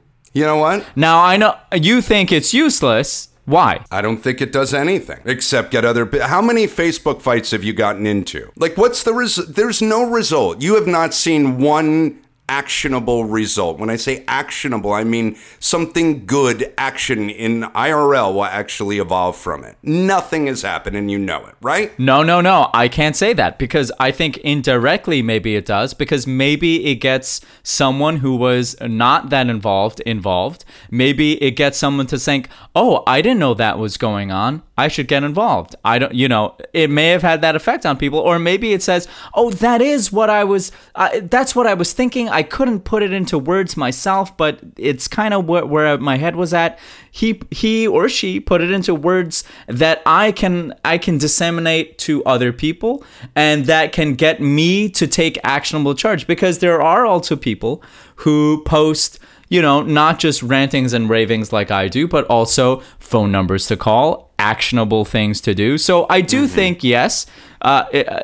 Speaker 5: know what?
Speaker 6: Now I know you think it's useless. Why?
Speaker 5: I don't think it does anything except get other. How many Facebook fights have you gotten into? Like, what's the result? There's no result. You have not seen one actionable result. When I say actionable, I mean something good action in IRL will actually evolve from it. Nothing has happened, and you know it, right?
Speaker 6: No, no, no. I can't say that because I think indirectly maybe it does because maybe it gets someone who was not that involved involved. Maybe it gets someone to think, "Oh, I didn't know that was going on. I should get involved." I don't, you know, it may have had that effect on people or maybe it says, "Oh, that is what I was I that's what I was thinking. I couldn't put it into words myself, but it's kind of where, where my head was at." he he or she put it into words that I can I can disseminate to other people and that can get me to take actionable charge because there are also people who post you know not just rantings and ravings like I do but also phone numbers to call actionable things to do so I do think yes uh, it- uh,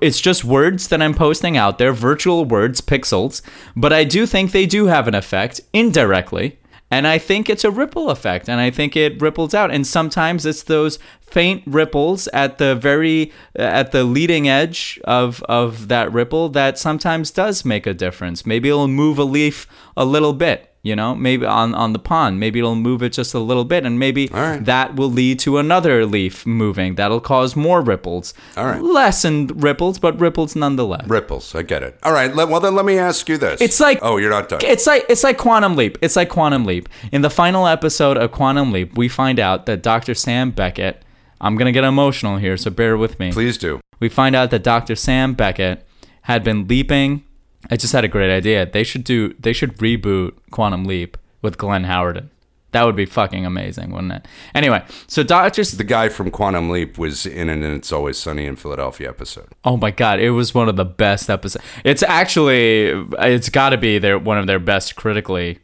Speaker 6: it's just words that I'm posting out there virtual words pixels but I do think they do have an effect indirectly and I think it's a ripple effect, and I think it ripples out. And sometimes it's those faint ripples at the very uh, at the leading edge of of that ripple that sometimes does make a difference. Maybe it'll move a leaf a little bit, you know, maybe on on the pond. Maybe it'll move it just a little bit, and maybe that will lead to another leaf moving. That'll cause more ripples. All
Speaker 5: right.
Speaker 6: lessened ripples, but ripples nonetheless.
Speaker 5: Ripples. I get it. All right. Let, well, then let me ask you this.
Speaker 6: It's like
Speaker 5: oh, you're not done.
Speaker 6: It's like it's like Quantum Leap. It's like Quantum Leap. In the final episode of Quantum Leap, we find out that Dr. Sam Beckett. I'm gonna get emotional here, so bear with me.
Speaker 5: Please do.
Speaker 6: We find out that Dr. Sam Beckett had been leaping. I just had a great idea. They should do. They should reboot Quantum Leap with Glenn Howerton. That would be fucking amazing, wouldn't it? Anyway, so Doctor.
Speaker 5: The guy from Quantum Leap was in an "It's Always Sunny in Philadelphia" episode.
Speaker 6: Oh my god, it was one of the best episodes. It's actually it's got to be their one of their best critically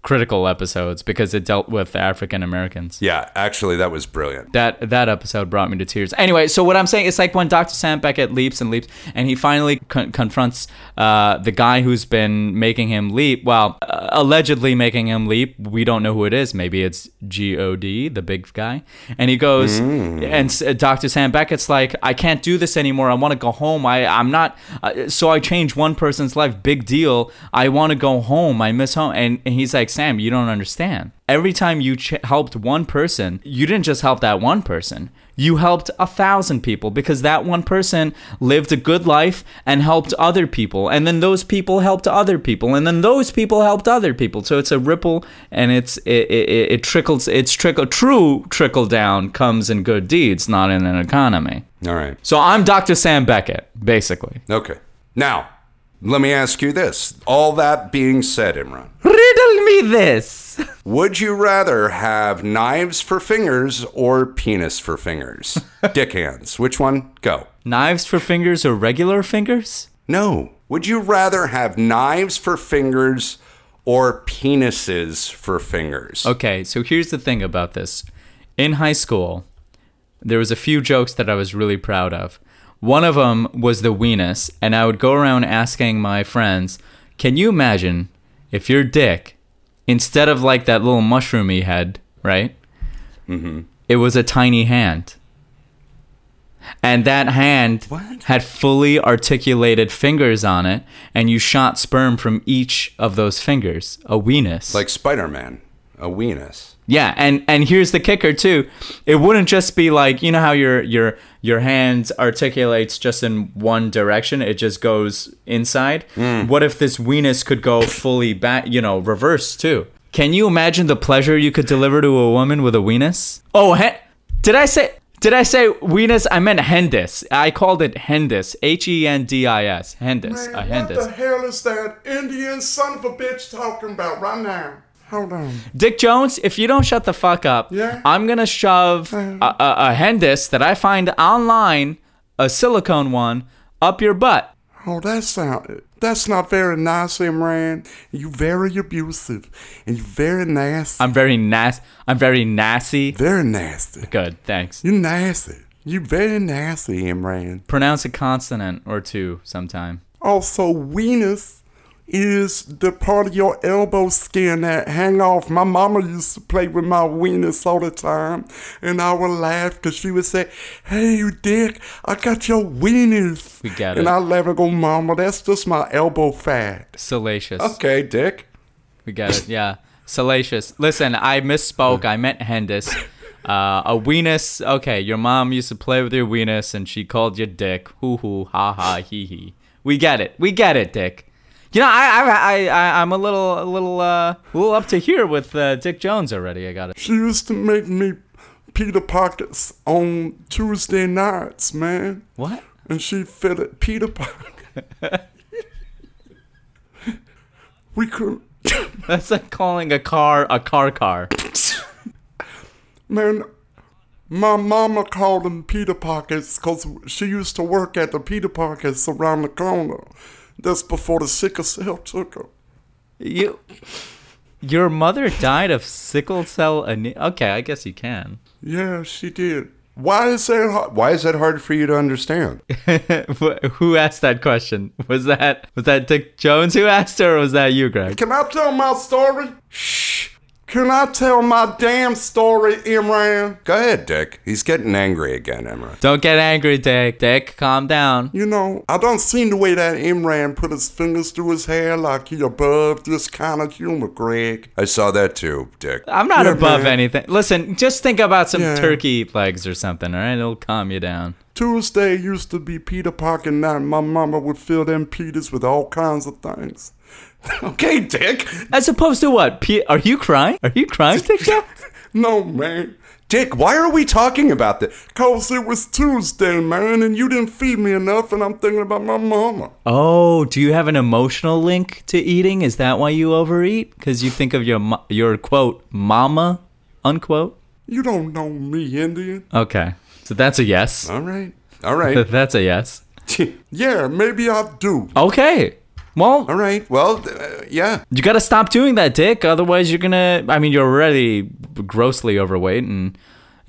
Speaker 6: critical episodes because it dealt with African Americans.
Speaker 5: Yeah, actually, that was brilliant.
Speaker 6: That that episode brought me to tears. Anyway, so what I'm saying is like when Dr. Sam Beckett leaps and leaps, and he finally con- confronts uh, the guy who's been making him leap. Well, uh, allegedly making him leap. We don't know who it is. Maybe it's God, the big guy. And he goes, and s- uh, Dr. Sam Beckett's like, I can't do this anymore. I want to go home. I I'm not. Uh, so I changed one person's life. Big deal. I want to go home. I miss home. And, and he's like, Sam, you don't understand. Every time you ch- helped one person, you didn't just help that one person. You helped a thousand people because that one person lived a good life and helped other people. And then those people helped other people. And then those people helped other people. So it's a ripple and it's it, it, it, it trickles, it's trickle, true trickle down comes in good deeds, not in an economy.
Speaker 5: All right.
Speaker 6: So I'm Dr. Sam Beckett, basically.
Speaker 5: Okay. Now, let me ask you this. All that being said, Imran,
Speaker 6: Riddle me this.
Speaker 5: would you rather have knives for fingers or penis for fingers? Dick hands. Which one? Go.
Speaker 6: Knives for fingers or regular fingers?
Speaker 5: No. Would you rather have knives for fingers or penises for fingers?
Speaker 6: Okay, so here's the thing about this. In high school, there was a few jokes that I was really proud of. One of them was the weenus, and I would go around asking my friends, "Can you imagine if your dick, instead of like that little mushroomy head, right? Mm-hmm. It was a tiny hand." And that hand
Speaker 5: What?
Speaker 6: had fully articulated fingers on it, and you shot sperm from each of those fingers, a weenus.
Speaker 5: Like Spider Man, a weenus.
Speaker 6: Yeah, and and here's the kicker too. It wouldn't just be like you know how your your your hand articulates just in one direction; it just goes inside. What if this weenus could go fully back? You know, reverse too. Can you imagine the pleasure you could deliver to a woman with a weenus? Oh, he- did I say? Did I say weenus? I meant hendis. I called it hendis. H e n d i s. Hendis. a hendis.
Speaker 8: hell is that Indian son of a bitch talking about right now? Hold on.
Speaker 6: Dick Jones, if you don't shut the fuck up,
Speaker 8: Yeah. Uh-huh.
Speaker 6: I'm gonna shove a, a, a Hendis that I find online, a silicone one, up your butt.
Speaker 8: Oh, that's not, that's not very nice, Imran. You very abusive and you very nasty.
Speaker 6: I'm very nas. I'm very nasty.
Speaker 8: very nasty.
Speaker 6: Good, thanks.
Speaker 8: You nasty. You very nasty, Imran.
Speaker 6: Pronounce a consonant or two sometime.
Speaker 8: Also, weenus is the part of your elbow skin that hang off. My mama used to play with my weenus all the time, and I would laugh because she would say, "Hey, you dick, I got your weenus."
Speaker 6: We got
Speaker 8: and
Speaker 6: it.
Speaker 8: I laugh and go, "Mama, that's just my elbow fat."
Speaker 6: Salacious.
Speaker 5: Okay, Dick.
Speaker 6: We got it. Yeah. Salacious. Listen, I misspoke. I meant Hendis. Uh, a weenus. Okay, your mom used to play with your weenus, and she called you Dick. Hoo hoo, ha ha, hee hee. We get it. We get it, Dick. You know, I, I, I, I I'm a little, a little, uh, a little up to here with uh, Dick Jones already. I got it.
Speaker 8: She used to make me Peter Pockets on Tuesday nights, man.
Speaker 6: What? (laughs)
Speaker 8: and she fed it Peter Parker. (laughs) we could,
Speaker 6: That's like calling a car a car car.
Speaker 8: man. My mama called them Peter Pockets because she used to work at the Peter Pockets around the corner. That's before the sickle cell took her.
Speaker 6: You, your mother died of sickle cell. Ane- okay, I guess you can.
Speaker 8: Yeah, she did. Why is that hard?
Speaker 5: Why is that hard for you to understand?
Speaker 6: (laughs) Wh- who asked that question? Was that was that Dick Jones who asked, or was that you, Greg?
Speaker 8: Can I tell my story? Shh. Can I tell my damn story, Imran?
Speaker 5: Go ahead, Dick. He's getting angry again, Imran.
Speaker 6: Don't get angry, Dick. Dick, calm down.
Speaker 8: You know, I don't seen the way that Imran put his fingers through his hair like he above this kind of humor, Greg.
Speaker 5: I saw that too, Dick.
Speaker 6: I'm not
Speaker 8: Yeah,
Speaker 6: above
Speaker 8: man.
Speaker 6: anything. Listen, just think about some
Speaker 8: Yeah.
Speaker 6: turkey legs or something, all right? It'll calm you down.
Speaker 8: Tuesday used to be (laughs) Peter Parker night. My mama would fill them Peters with all kinds of things.
Speaker 5: Okay, Dick.
Speaker 6: As opposed to what? P- are you crying? Are you crying, Dick
Speaker 8: (laughs)
Speaker 6: Jones?
Speaker 8: No, man.
Speaker 5: Dick, why are we talking about this?
Speaker 8: Cause it was Tuesday, man, and you didn't feed me enough, and I'm thinking about my mama.
Speaker 6: oh, do you have an emotional link to eating? Is that why you overeat? Because you think of your mo- your quote mama unquote.
Speaker 8: You don't know me, Indian.
Speaker 6: Okay, so that's a yes.
Speaker 5: All right. All
Speaker 6: (laughs)
Speaker 5: right.
Speaker 6: That's a yes.
Speaker 8: Yeah, maybe I do.
Speaker 6: Okay. Well,
Speaker 5: All right. Well, uh, yeah.
Speaker 6: You gotta stop doing that, Dick. Otherwise, you're gonna. I mean, you're already grossly overweight, and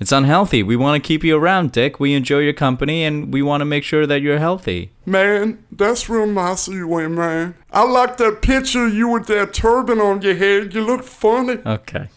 Speaker 6: it's unhealthy. We want to keep you around, Dick. We enjoy your company, and we want to make sure that you're healthy.
Speaker 8: Man, that's real nice of you, Imran. I like that picture of you with that turban on your head. You look funny.
Speaker 6: Okay.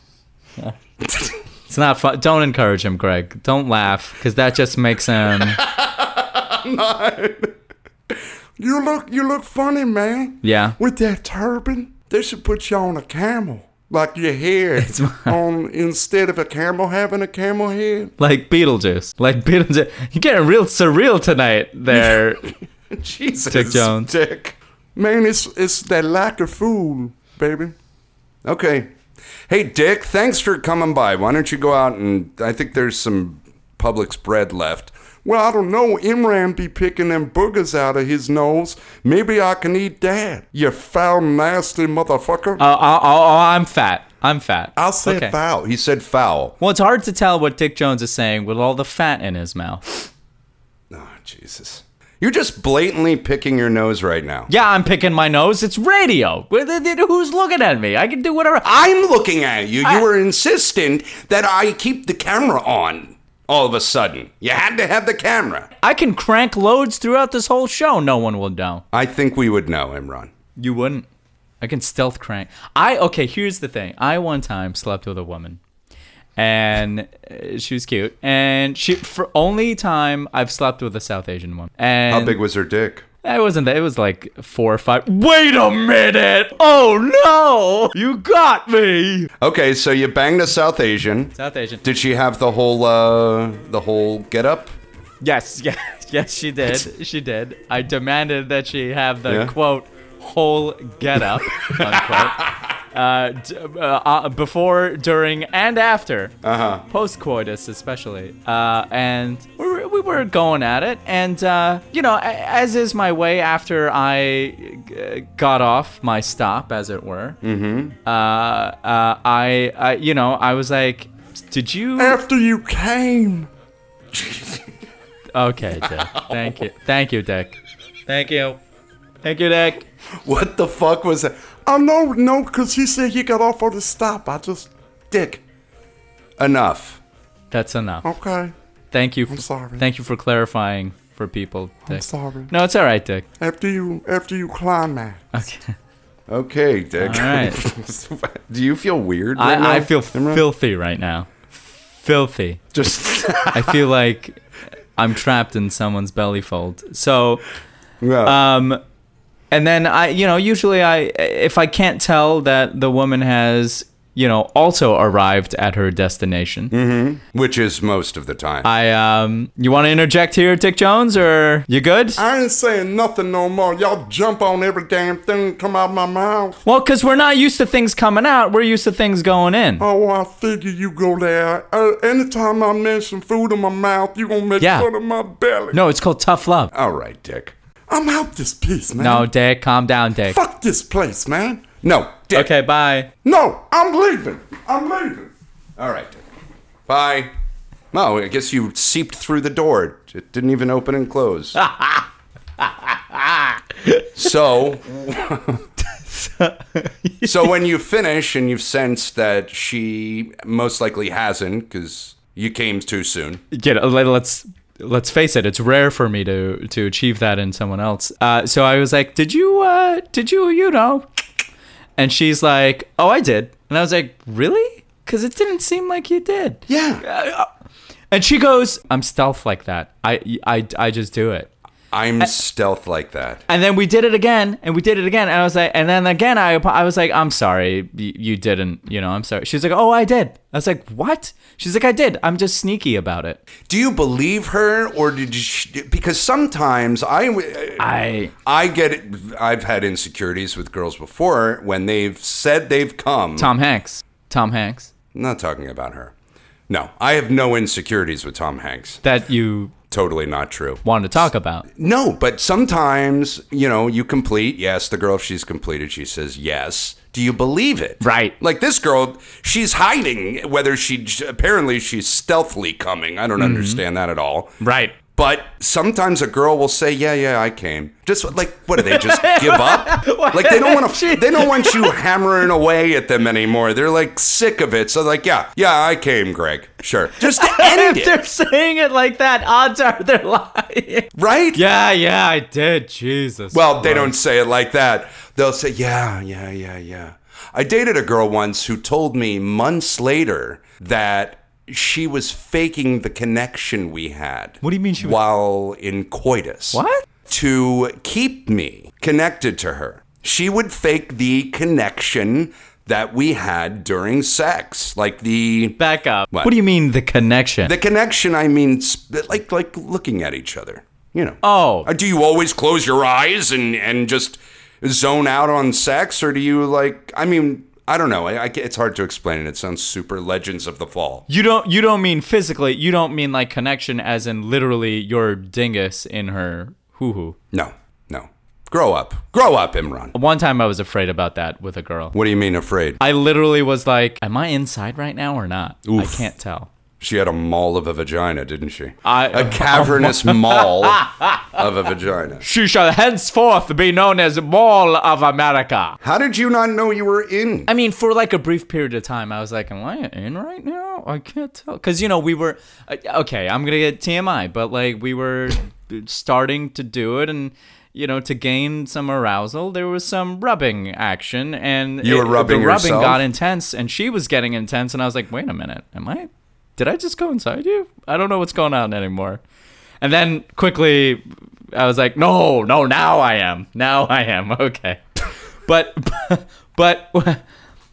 Speaker 6: (laughs) it's not fun. Don't encourage him, Greg. Don't laugh, because that just makes him.
Speaker 5: (laughs)
Speaker 8: You look you look funny, man.
Speaker 6: Yeah.
Speaker 8: With that turban, they should put you on a camel. like your head on instead of a camel having a camel head.
Speaker 6: Like Beetlejuice. Like Beetlejuice. You're getting real surreal tonight
Speaker 5: (laughs)
Speaker 6: there. Uh,
Speaker 8: (laughs)
Speaker 5: Jesus,
Speaker 6: Dick Jones.
Speaker 5: Dick.
Speaker 8: Man, it's it's that lack of food, baby.
Speaker 5: Okay. Hey, Dick, thanks for coming by. Why don't you go out and I think there's some Publix bread left.
Speaker 8: Well, I don't know. Imran be picking them boogers out of his nose. Maybe I can eat that. You foul, nasty motherfucker.
Speaker 6: oh, oh, oh, oh, I'm fat. I'm fat.
Speaker 5: I'll say
Speaker 6: Okay.
Speaker 5: foul. He said foul.
Speaker 6: Well, it's hard to tell what Dick Jones is saying with all the fat in his mouth.
Speaker 5: Oh, Jesus. You're just blatantly picking your nose right now.
Speaker 6: Yeah, I'm picking my nose. It's radio. Wh- th- th- Who's looking at me? I can do whatever.
Speaker 5: I'm looking at you. You were insistent that I keep the camera on all of a sudden. You had to have the camera.
Speaker 6: I can crank loads throughout this whole show. No one will know.
Speaker 5: I think we would know, Imran.
Speaker 6: You wouldn't. I can stealth crank. I okay. Here's the thing. I one time slept with a woman, and uh, she was cute. And she for only time I've slept with a South Asian woman. And
Speaker 5: How big was her dick?
Speaker 6: It wasn't that. It was like four or five. Wait a minute! Oh no! You got me.
Speaker 5: Okay, so you banged a South Asian.
Speaker 6: South Asian.
Speaker 5: Did she have the whole uh the whole get up?
Speaker 6: Yes, (laughs) yes, yes, she did. She did. I demanded that she have the
Speaker 5: Yeah.
Speaker 6: quote whole (laughs) getup unquote. Uh, d- uh, uh, before, during, and after, uh-huh. post coitus especially, uh, and we were, we were going at it, and uh, you know, a- as is my way after I uh, got off my stop, as it were, mm-hmm. uh, uh, I, I, you know, I was like, "Did you?"
Speaker 8: After you came,
Speaker 6: Okay, Dick. Thank you. Thank you, Dick. Thank you. Thank you, Dick.
Speaker 5: What the fuck was that?
Speaker 8: I know, no, because he said he got off on the stop. I just,
Speaker 5: Dick. Enough.
Speaker 6: That's enough.
Speaker 8: okay,
Speaker 6: Thank you. For,
Speaker 8: sorry.
Speaker 6: Thank you for clarifying for people, Dick.
Speaker 8: sorry.
Speaker 6: No, it's all right, Dick.
Speaker 8: After you, after you climax.
Speaker 6: Okay.
Speaker 5: Okay, Dick.
Speaker 8: (laughs)
Speaker 6: All right.
Speaker 5: (laughs) Do you feel weird? right now?
Speaker 6: I, I feel
Speaker 5: Imran?
Speaker 6: filthy right now. Filthy.
Speaker 5: (laughs) just
Speaker 6: I feel like I'm trapped in someone's belly fold. So,
Speaker 5: Yeah.
Speaker 6: um, and then I, you know, usually I, if I can't tell that the woman has, you know, also arrived at her destination,
Speaker 5: which is most of the time.
Speaker 6: I um you want to interject here, Dick Jones, or you good?
Speaker 8: I ain't saying nothing no more. Y'all jump on every damn thing that come out of my mouth.
Speaker 6: Well, because we're not used to things coming out, we're used to things going in.
Speaker 8: Oh, I figure you go there. Uh, anytime I mention food in my mouth, you gonna make
Speaker 6: Yeah.
Speaker 8: fun of my belly.
Speaker 6: No, it's called tough love.
Speaker 5: All right, Dick.
Speaker 8: I'm out this piece, Oh, man.
Speaker 6: No, Dick, calm down, Dick.
Speaker 8: Fuck this place, man.
Speaker 5: No, Dick.
Speaker 6: Okay, bye.
Speaker 8: No, I'm leaving. I'm leaving.
Speaker 5: All right, Dick. Bye. No, I guess you seeped through the door. It didn't even open and close. so, so when you finish and you've sensed that she most likely hasn't, because you came too soon.
Speaker 6: Get let, let's let's face it, it's rare for me to to achieve that in someone else. Uh, so I was like, did you uh did you you know? And she's like, oh, I did. And I was like, really? Because it didn't seem like you did.
Speaker 5: Yeah,
Speaker 6: Uh, And she goes, I'm stealth like that. I I I just do it.
Speaker 5: I'm stealth like that.
Speaker 6: And then we did it again, and we did it again, and I was like, and then again, I apo- I was like, I'm sorry, you, you didn't, you know, I'm sorry. She's like, oh, I did. I was like, what? She's like, I did. I'm just sneaky about it.
Speaker 5: Do you believe her, or did you? Because sometimes I, w-
Speaker 6: I
Speaker 5: I get it. I've had insecurities with girls before when they've said they've come.
Speaker 6: Tom Hanks, Tom Hanks,
Speaker 5: I'm not talking about her. No, I have no insecurities with Tom Hanks.
Speaker 6: that you
Speaker 5: Totally not true.
Speaker 6: wanted to talk about.
Speaker 5: No, but sometimes, you know, you complete. Yes, the girl, if she's completed, she says yes. Do you believe it?
Speaker 6: Right.
Speaker 5: Like this girl, she's hiding whether she, apparently, she's stealthily coming. I don't understand that at all.
Speaker 6: Right.
Speaker 5: But sometimes a girl will say, "Yeah, yeah, I came." Just like what do they just give up? Like they don't want to. They don't want you hammering away at them anymore. They're like sick of it. So like, yeah, yeah, I came, Greg. Sure, just to end
Speaker 6: (laughs) If they're
Speaker 5: it,
Speaker 6: saying it like that, odds are they're lying.
Speaker 5: right?
Speaker 6: Yeah, yeah, I did. Jesus.
Speaker 5: Well, they don't say it like that. They'll say, "Yeah, yeah, yeah, yeah." I dated a girl once who told me months later that she was faking the connection we had.
Speaker 6: What do you mean she was-
Speaker 5: while in coitus?
Speaker 6: What?
Speaker 5: to keep me connected to her. She would fake the connection that we had during sex, like the
Speaker 6: Back up.
Speaker 5: What?
Speaker 6: What, do you mean the connection?
Speaker 5: the connection. I mean, sp- like like looking at each other. You know.
Speaker 6: oh,
Speaker 5: Uh, Do you always close your eyes and and just zone out on sex, or do you like? I mean, I don't know. I, I ca- it's hard to explain. It sounds super Legends of the Fall.
Speaker 6: you don't you don't mean physically. You don't mean like connection as in literally your dingus in her hoo hoo.
Speaker 5: No, no. Grow up, grow up, Imran.
Speaker 6: One time I was afraid about that with a girl.
Speaker 5: What do you mean afraid?
Speaker 6: I literally was like, "Am I inside right now or not?" I can't tell.
Speaker 5: She had a mall of a vagina, didn't she?
Speaker 6: I-
Speaker 5: A cavernous mall of a vagina.
Speaker 6: She shall henceforth be known as Mall of America.
Speaker 5: How did you not know you were in?
Speaker 6: I mean, for like a brief period of time, I was like, "Am I in right now? I can't tell." Because you know, we were uh, okay. I'm gonna get TMI, but like we were starting to do it, and you know, to gain some arousal, there was some rubbing action, and
Speaker 5: You were rubbing
Speaker 6: The rubbing
Speaker 5: yourself?
Speaker 6: got intense, and she was getting intense, and I was like, "Wait a minute, am I? Did I just go inside you? I don't know what's going on anymore." And then quickly, I was like, no, no, now I am. Now I am. (laughs) Okay. But, but,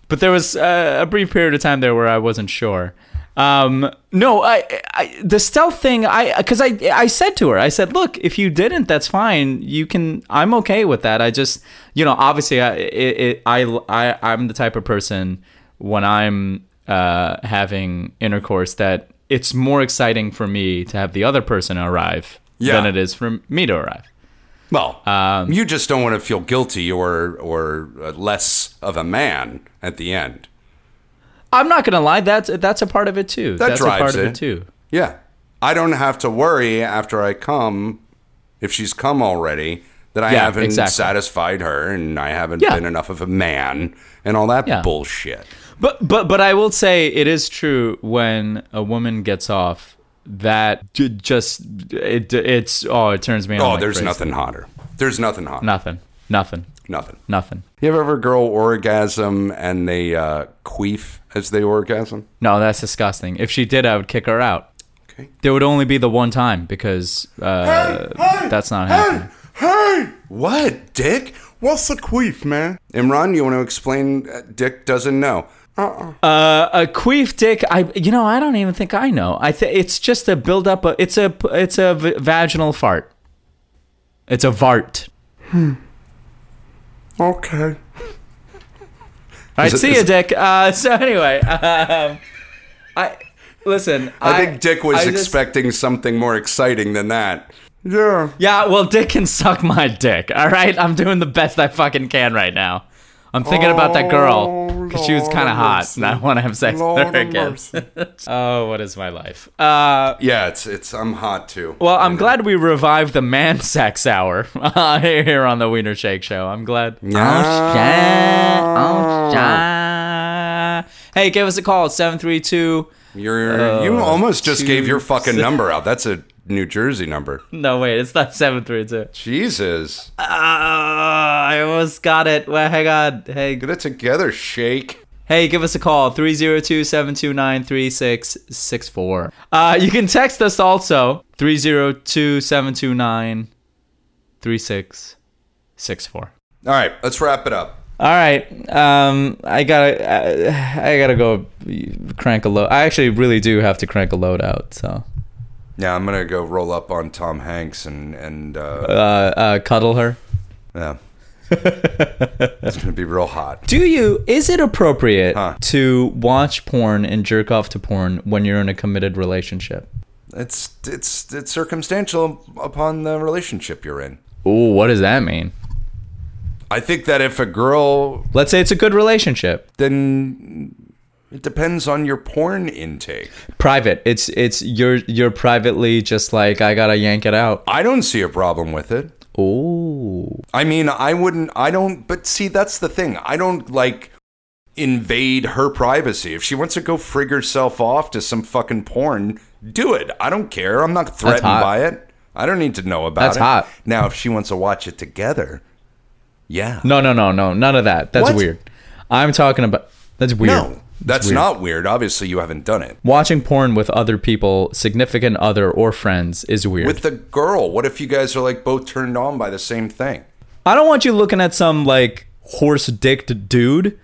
Speaker 6: but there was uh, a brief period of time there where I wasn't sure. Um, no, I, I, the stealth thing, I, because I, I said to her, I said, look, if you didn't, that's fine. You can, I'm okay with that. I just, you know, obviously, I, it, it, I, I, I'm the type of person when I'm uh, having intercourse that it's more exciting for me to have the other person arrive
Speaker 5: Yeah.
Speaker 6: than it is for me to arrive.
Speaker 5: Well, you just don't want to feel guilty or or uh, less of a man at the end.
Speaker 6: I'm not gonna lie, that's that's a part of it too.
Speaker 5: That
Speaker 6: that's
Speaker 5: drives
Speaker 6: a part
Speaker 5: it.
Speaker 6: of it too.
Speaker 5: Yeah. I don't have to worry after I come, if she's come already, that I
Speaker 6: Yeah,
Speaker 5: haven't
Speaker 6: exactly.
Speaker 5: satisfied her and I haven't
Speaker 6: Yeah.
Speaker 5: been enough of a man and all that
Speaker 6: Yeah.
Speaker 5: bullshit.
Speaker 6: But but but I will say it is true when a woman gets off that j- just it it's oh it turns me on.
Speaker 5: oh,
Speaker 6: like
Speaker 5: there's
Speaker 6: crazy.
Speaker 5: nothing hotter. There's nothing hotter.
Speaker 6: nothing nothing
Speaker 5: Nothing.
Speaker 6: nothing.
Speaker 5: You ever have a girl orgasm and they uh, queef as they orgasm?
Speaker 6: No, that's disgusting. If she did, I would kick her out.
Speaker 5: Okay.
Speaker 6: There would only be the one time because uh, that's not happening.
Speaker 8: Hey,
Speaker 5: What, Dick?
Speaker 8: what's a queef, man?
Speaker 5: Imran, you want to explain? Uh, Dick doesn't know.
Speaker 6: a queef dick i you know i don't even think i know i think it's just a build up a, it's a it's a v- vaginal fart it's a vart all
Speaker 8: Okay.
Speaker 6: right
Speaker 5: Is it-
Speaker 6: see
Speaker 5: is
Speaker 6: you
Speaker 5: it-
Speaker 6: dick uh (laughs) so anyway um i listen
Speaker 5: I, think Dick was
Speaker 6: I just-
Speaker 5: expecting something more exciting than that.
Speaker 8: Yeah.
Speaker 6: yeah well dick can suck my dick all right i'm doing the best i fucking can right now i'm thinking about that girl because she was
Speaker 8: Lord
Speaker 6: kind
Speaker 5: Oh,
Speaker 6: of
Speaker 8: of
Speaker 6: hot
Speaker 8: mercy.
Speaker 6: and (laughs) i want to have sex
Speaker 8: Lord
Speaker 6: with her
Speaker 8: of
Speaker 6: again
Speaker 8: mercy.
Speaker 6: oh what is my life uh
Speaker 5: Yeah, it's it's. I'm hot too.
Speaker 6: Well, I'm glad we revived the man (laughs) sex hour uh, here on the Wiener Shake Show. I'm glad. Oh, shit. Hey, give us a call at 732.
Speaker 5: You're you almost just gave your fucking number out. That's a New Jersey number.
Speaker 6: No, wait, it's not 732.
Speaker 5: Jesus,
Speaker 6: Uh, Ah, I almost got it. Well, hang on. Hey,
Speaker 5: get it together, shake.
Speaker 6: hey, give us a call 302 729 3664. Uh, You can text us also 302 729 3664.
Speaker 5: All right, let's wrap it up.
Speaker 6: All right, um, I gotta, I, I gotta go crank a load. I actually really do have to crank a load out. So,
Speaker 5: Yeah, I'm gonna go roll up on Tom Hanks and and
Speaker 6: uh,
Speaker 5: uh,
Speaker 6: uh, cuddle her.
Speaker 5: (laughs) yeah, it's gonna be real hot.
Speaker 6: Do you? Is it appropriate
Speaker 5: Huh.
Speaker 6: to watch porn and jerk off to porn when you're in a committed relationship?
Speaker 5: It's it's it's circumstantial upon the relationship you're in.
Speaker 6: Ooh, what does that mean?
Speaker 5: I think that if a girl,
Speaker 6: Let's say it's a good relationship,
Speaker 5: then it depends on your porn intake.
Speaker 6: private. It's it's you're you're privately just like I gotta yank it out.
Speaker 5: I don't see a problem with it.
Speaker 6: Ooh,
Speaker 5: I mean, I wouldn't, I don't, but see, that's the thing. I don't like invade her privacy. If she wants to go frig herself off to some fucking porn, do it. I don't care. I'm not threatened
Speaker 6: hot.
Speaker 5: by it. I don't need to know about
Speaker 6: That's
Speaker 5: it.
Speaker 6: hot.
Speaker 5: Now, if she wants to watch it together, yeah.
Speaker 6: no, no, no, no, none of that. That's
Speaker 5: What?
Speaker 6: weird. I'm talking about. That's weird.
Speaker 5: No, that's
Speaker 6: weird.
Speaker 5: not weird. Obviously, you haven't done it.
Speaker 6: Watching porn with other people, significant other or friends, is weird.
Speaker 5: With the girl, what if you guys are like both turned on by the same thing?
Speaker 6: I don't want you looking at some like horse dicked dude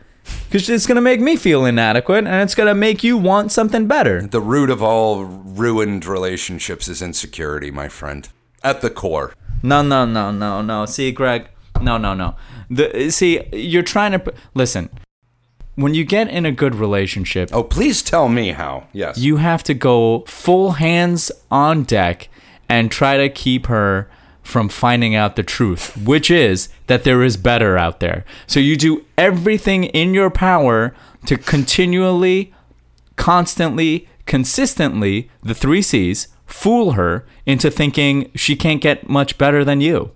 Speaker 6: because it's gonna make me feel inadequate, and it's gonna make you want something better.
Speaker 5: The root of all ruined relationships is insecurity, my friend. At the core.
Speaker 6: No, no, no, no, no. See, Greg, no, no, no. The see, you're trying to p- listen. When you get in a good relationship,
Speaker 5: Oh, please tell me how. Yes.
Speaker 6: you have to go full hands on deck and try to keep her from finding out the truth, which is that there is better out there. So you do everything in your power to continually, constantly, consistently, the three C's, fool her into thinking she can't get much better than you.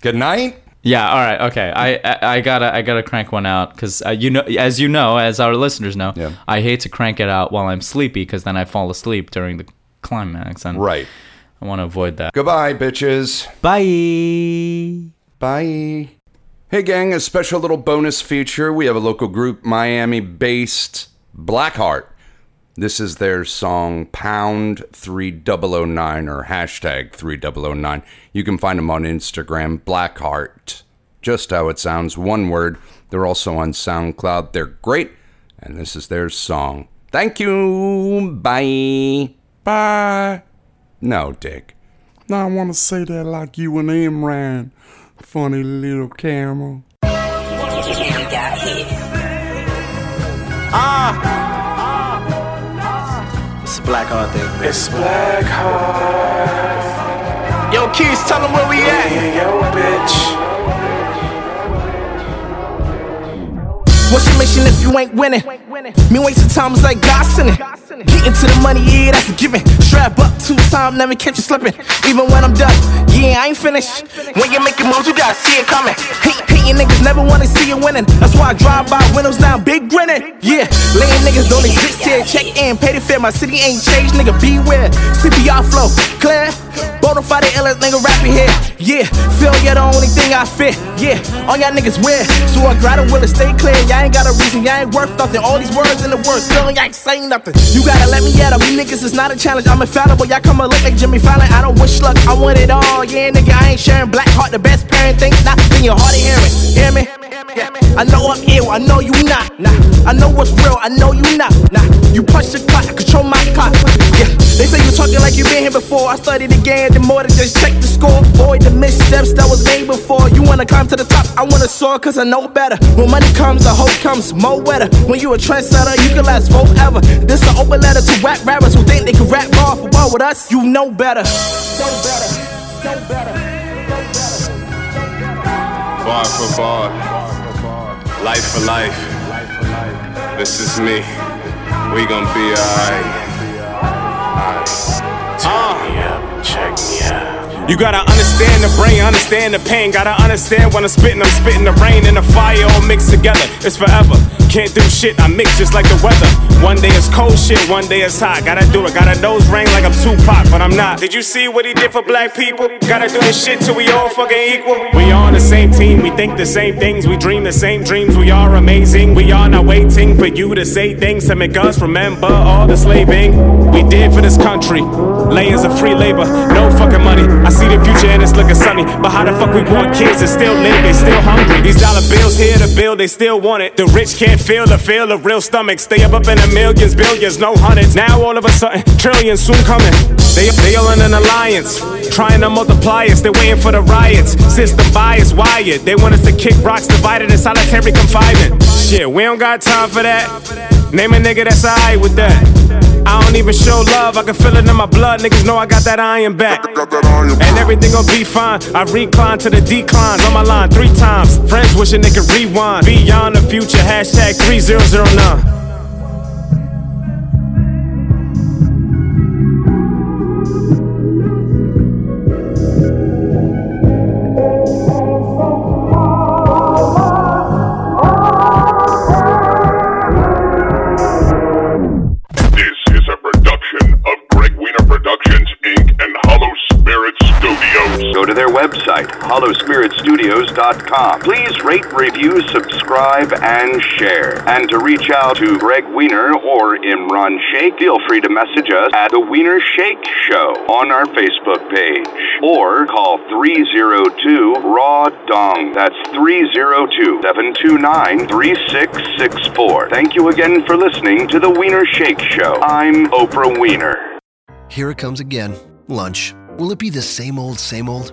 Speaker 5: Good night.
Speaker 6: Yeah. All right. Okay. I I, I gotta I gotta crank one out because uh, you know as you know as our listeners know
Speaker 5: Yeah.
Speaker 6: I hate to crank it out while I'm sleepy because then I fall asleep during the climax and
Speaker 5: Right.
Speaker 6: I want to avoid that.
Speaker 5: Goodbye, bitches.
Speaker 6: Bye.
Speaker 5: Bye. Hey, gang, a special little bonus feature. We have a local group, Miami based Blackheart. This is their song Pound 3009 or hashtag 3009. You can find them on Instagram, Blackheart. Just how it sounds, one word. They're also on SoundCloud. They're great. And this is their song. Thank you. Bye.
Speaker 8: Bye.
Speaker 5: No, Dick.
Speaker 8: Now I want to say that like you and Imran. Funny little camel.
Speaker 9: It's a black heart thing, man.
Speaker 10: It's black heart
Speaker 9: Yo, Keys, tell them where we at.
Speaker 10: and your bitch.
Speaker 9: What's your mission if you ain't winning? Me wasting time is like God sending. Getting to the money, yeah, that's a given. Strap up two time, never catch you slipping. Even when I'm done, yeah, I ain't finished. When you making moves, you gotta see it coming. Hate, hating niggas never wanna see you winning. That's why I drive by windows down, big grinning. Yeah, laying niggas don't exist here. Check in, pay the fare, my city ain't changed, nigga, beware. CPR flow, clear. Bonafide illest nigga rapping here. Yeah, failure the only thing I fit. Yeah, all y'all niggas weird. So I gotta will it stay clear. Y'all ain't got a reason, y'all ain't worth nothing. All these words in the words, still y'all ain't saying nothing. You gotta let me at it. We niggas is not a challenge. I'm infallible. Y'all come and look like Jimmy Fallon. I don't wish luck, I want it all. Yeah, nigga, I ain't sharing black heart. The best parent thing, not then you're hard to hear it. Hear me? Yeah. I know I'm ill, I know you not. Nah, I know what's real, I know you not. Nah, you punch the clock, I control my clock. Yeah, they say you talking like you been here before. I studied the game, the more to just check the score. Avoid the missteps that was made before. You wanna climb to the top, I wanna soar, cause I know better. When money comes, the hope comes, more wetter. When you a trendsetter, you can last forever. This an open letter to rap rappers who think they can rap bar for bar with us. You know better. Know better. Know better.
Speaker 10: Bar for bar, life for life. This is me. We gonna be alright. Turn me up and check me out. You gotta understand the brain, understand the pain. Gotta understand when I'm spitting, I'm spitting the rain and the fire all mixed together. It's forever. Can't do shit, I mix just like the weather. One day it's cold shit, one day it's hot. Gotta do it, got a nose ring like I'm Tupac, but I'm not. Did you see what he did for black people? Gotta do this shit till we all fucking equal. We on the same team, we think the same things, we dream the same dreams, we are amazing. We are not waiting for you to say things to make us remember all the slaving we did for this country. Layers of free labor, no fucking money. I see the future and it's looking sunny. But how the fuck we want kids that still live, they still hungry. These dollar bills here to build, they still want it. The rich can't feel the feel of real stomachs. They up up in the millions, billions, no hundreds. Now all of a sudden, trillions soon coming. They they all in an alliance, trying to multiply us. They're waiting for the riots. System bias wired. They want us to kick rocks, divided in solitary confinement. Shit, we don't got time for that. Name a nigga that's alright with that. I don't even show love, I can feel it in my blood. Niggas know I got that iron back. And everything gon' be fine. I recline to the declines on my line three times. Friends wishing they could rewind. Beyond the future, hashtag 3009.
Speaker 3: This is a production of Greg Wiener Productions, Inc. and Hollow Spirit Studios.
Speaker 2: Go to their website, hollowspiritstudios.com. Please rate, review, subscribe, and share. And to reach out to Greg Wiener or Imran Sheikh, feel free to message us at The Wiener Shake Show on our Facebook page or call 302 Raw Dong. That's 302 729 3664. Thank you again for listening to The Wiener Shake Show. I'm Oprah Wiener.
Speaker 7: Here it comes again. Lunch. Will it be the same old, same old?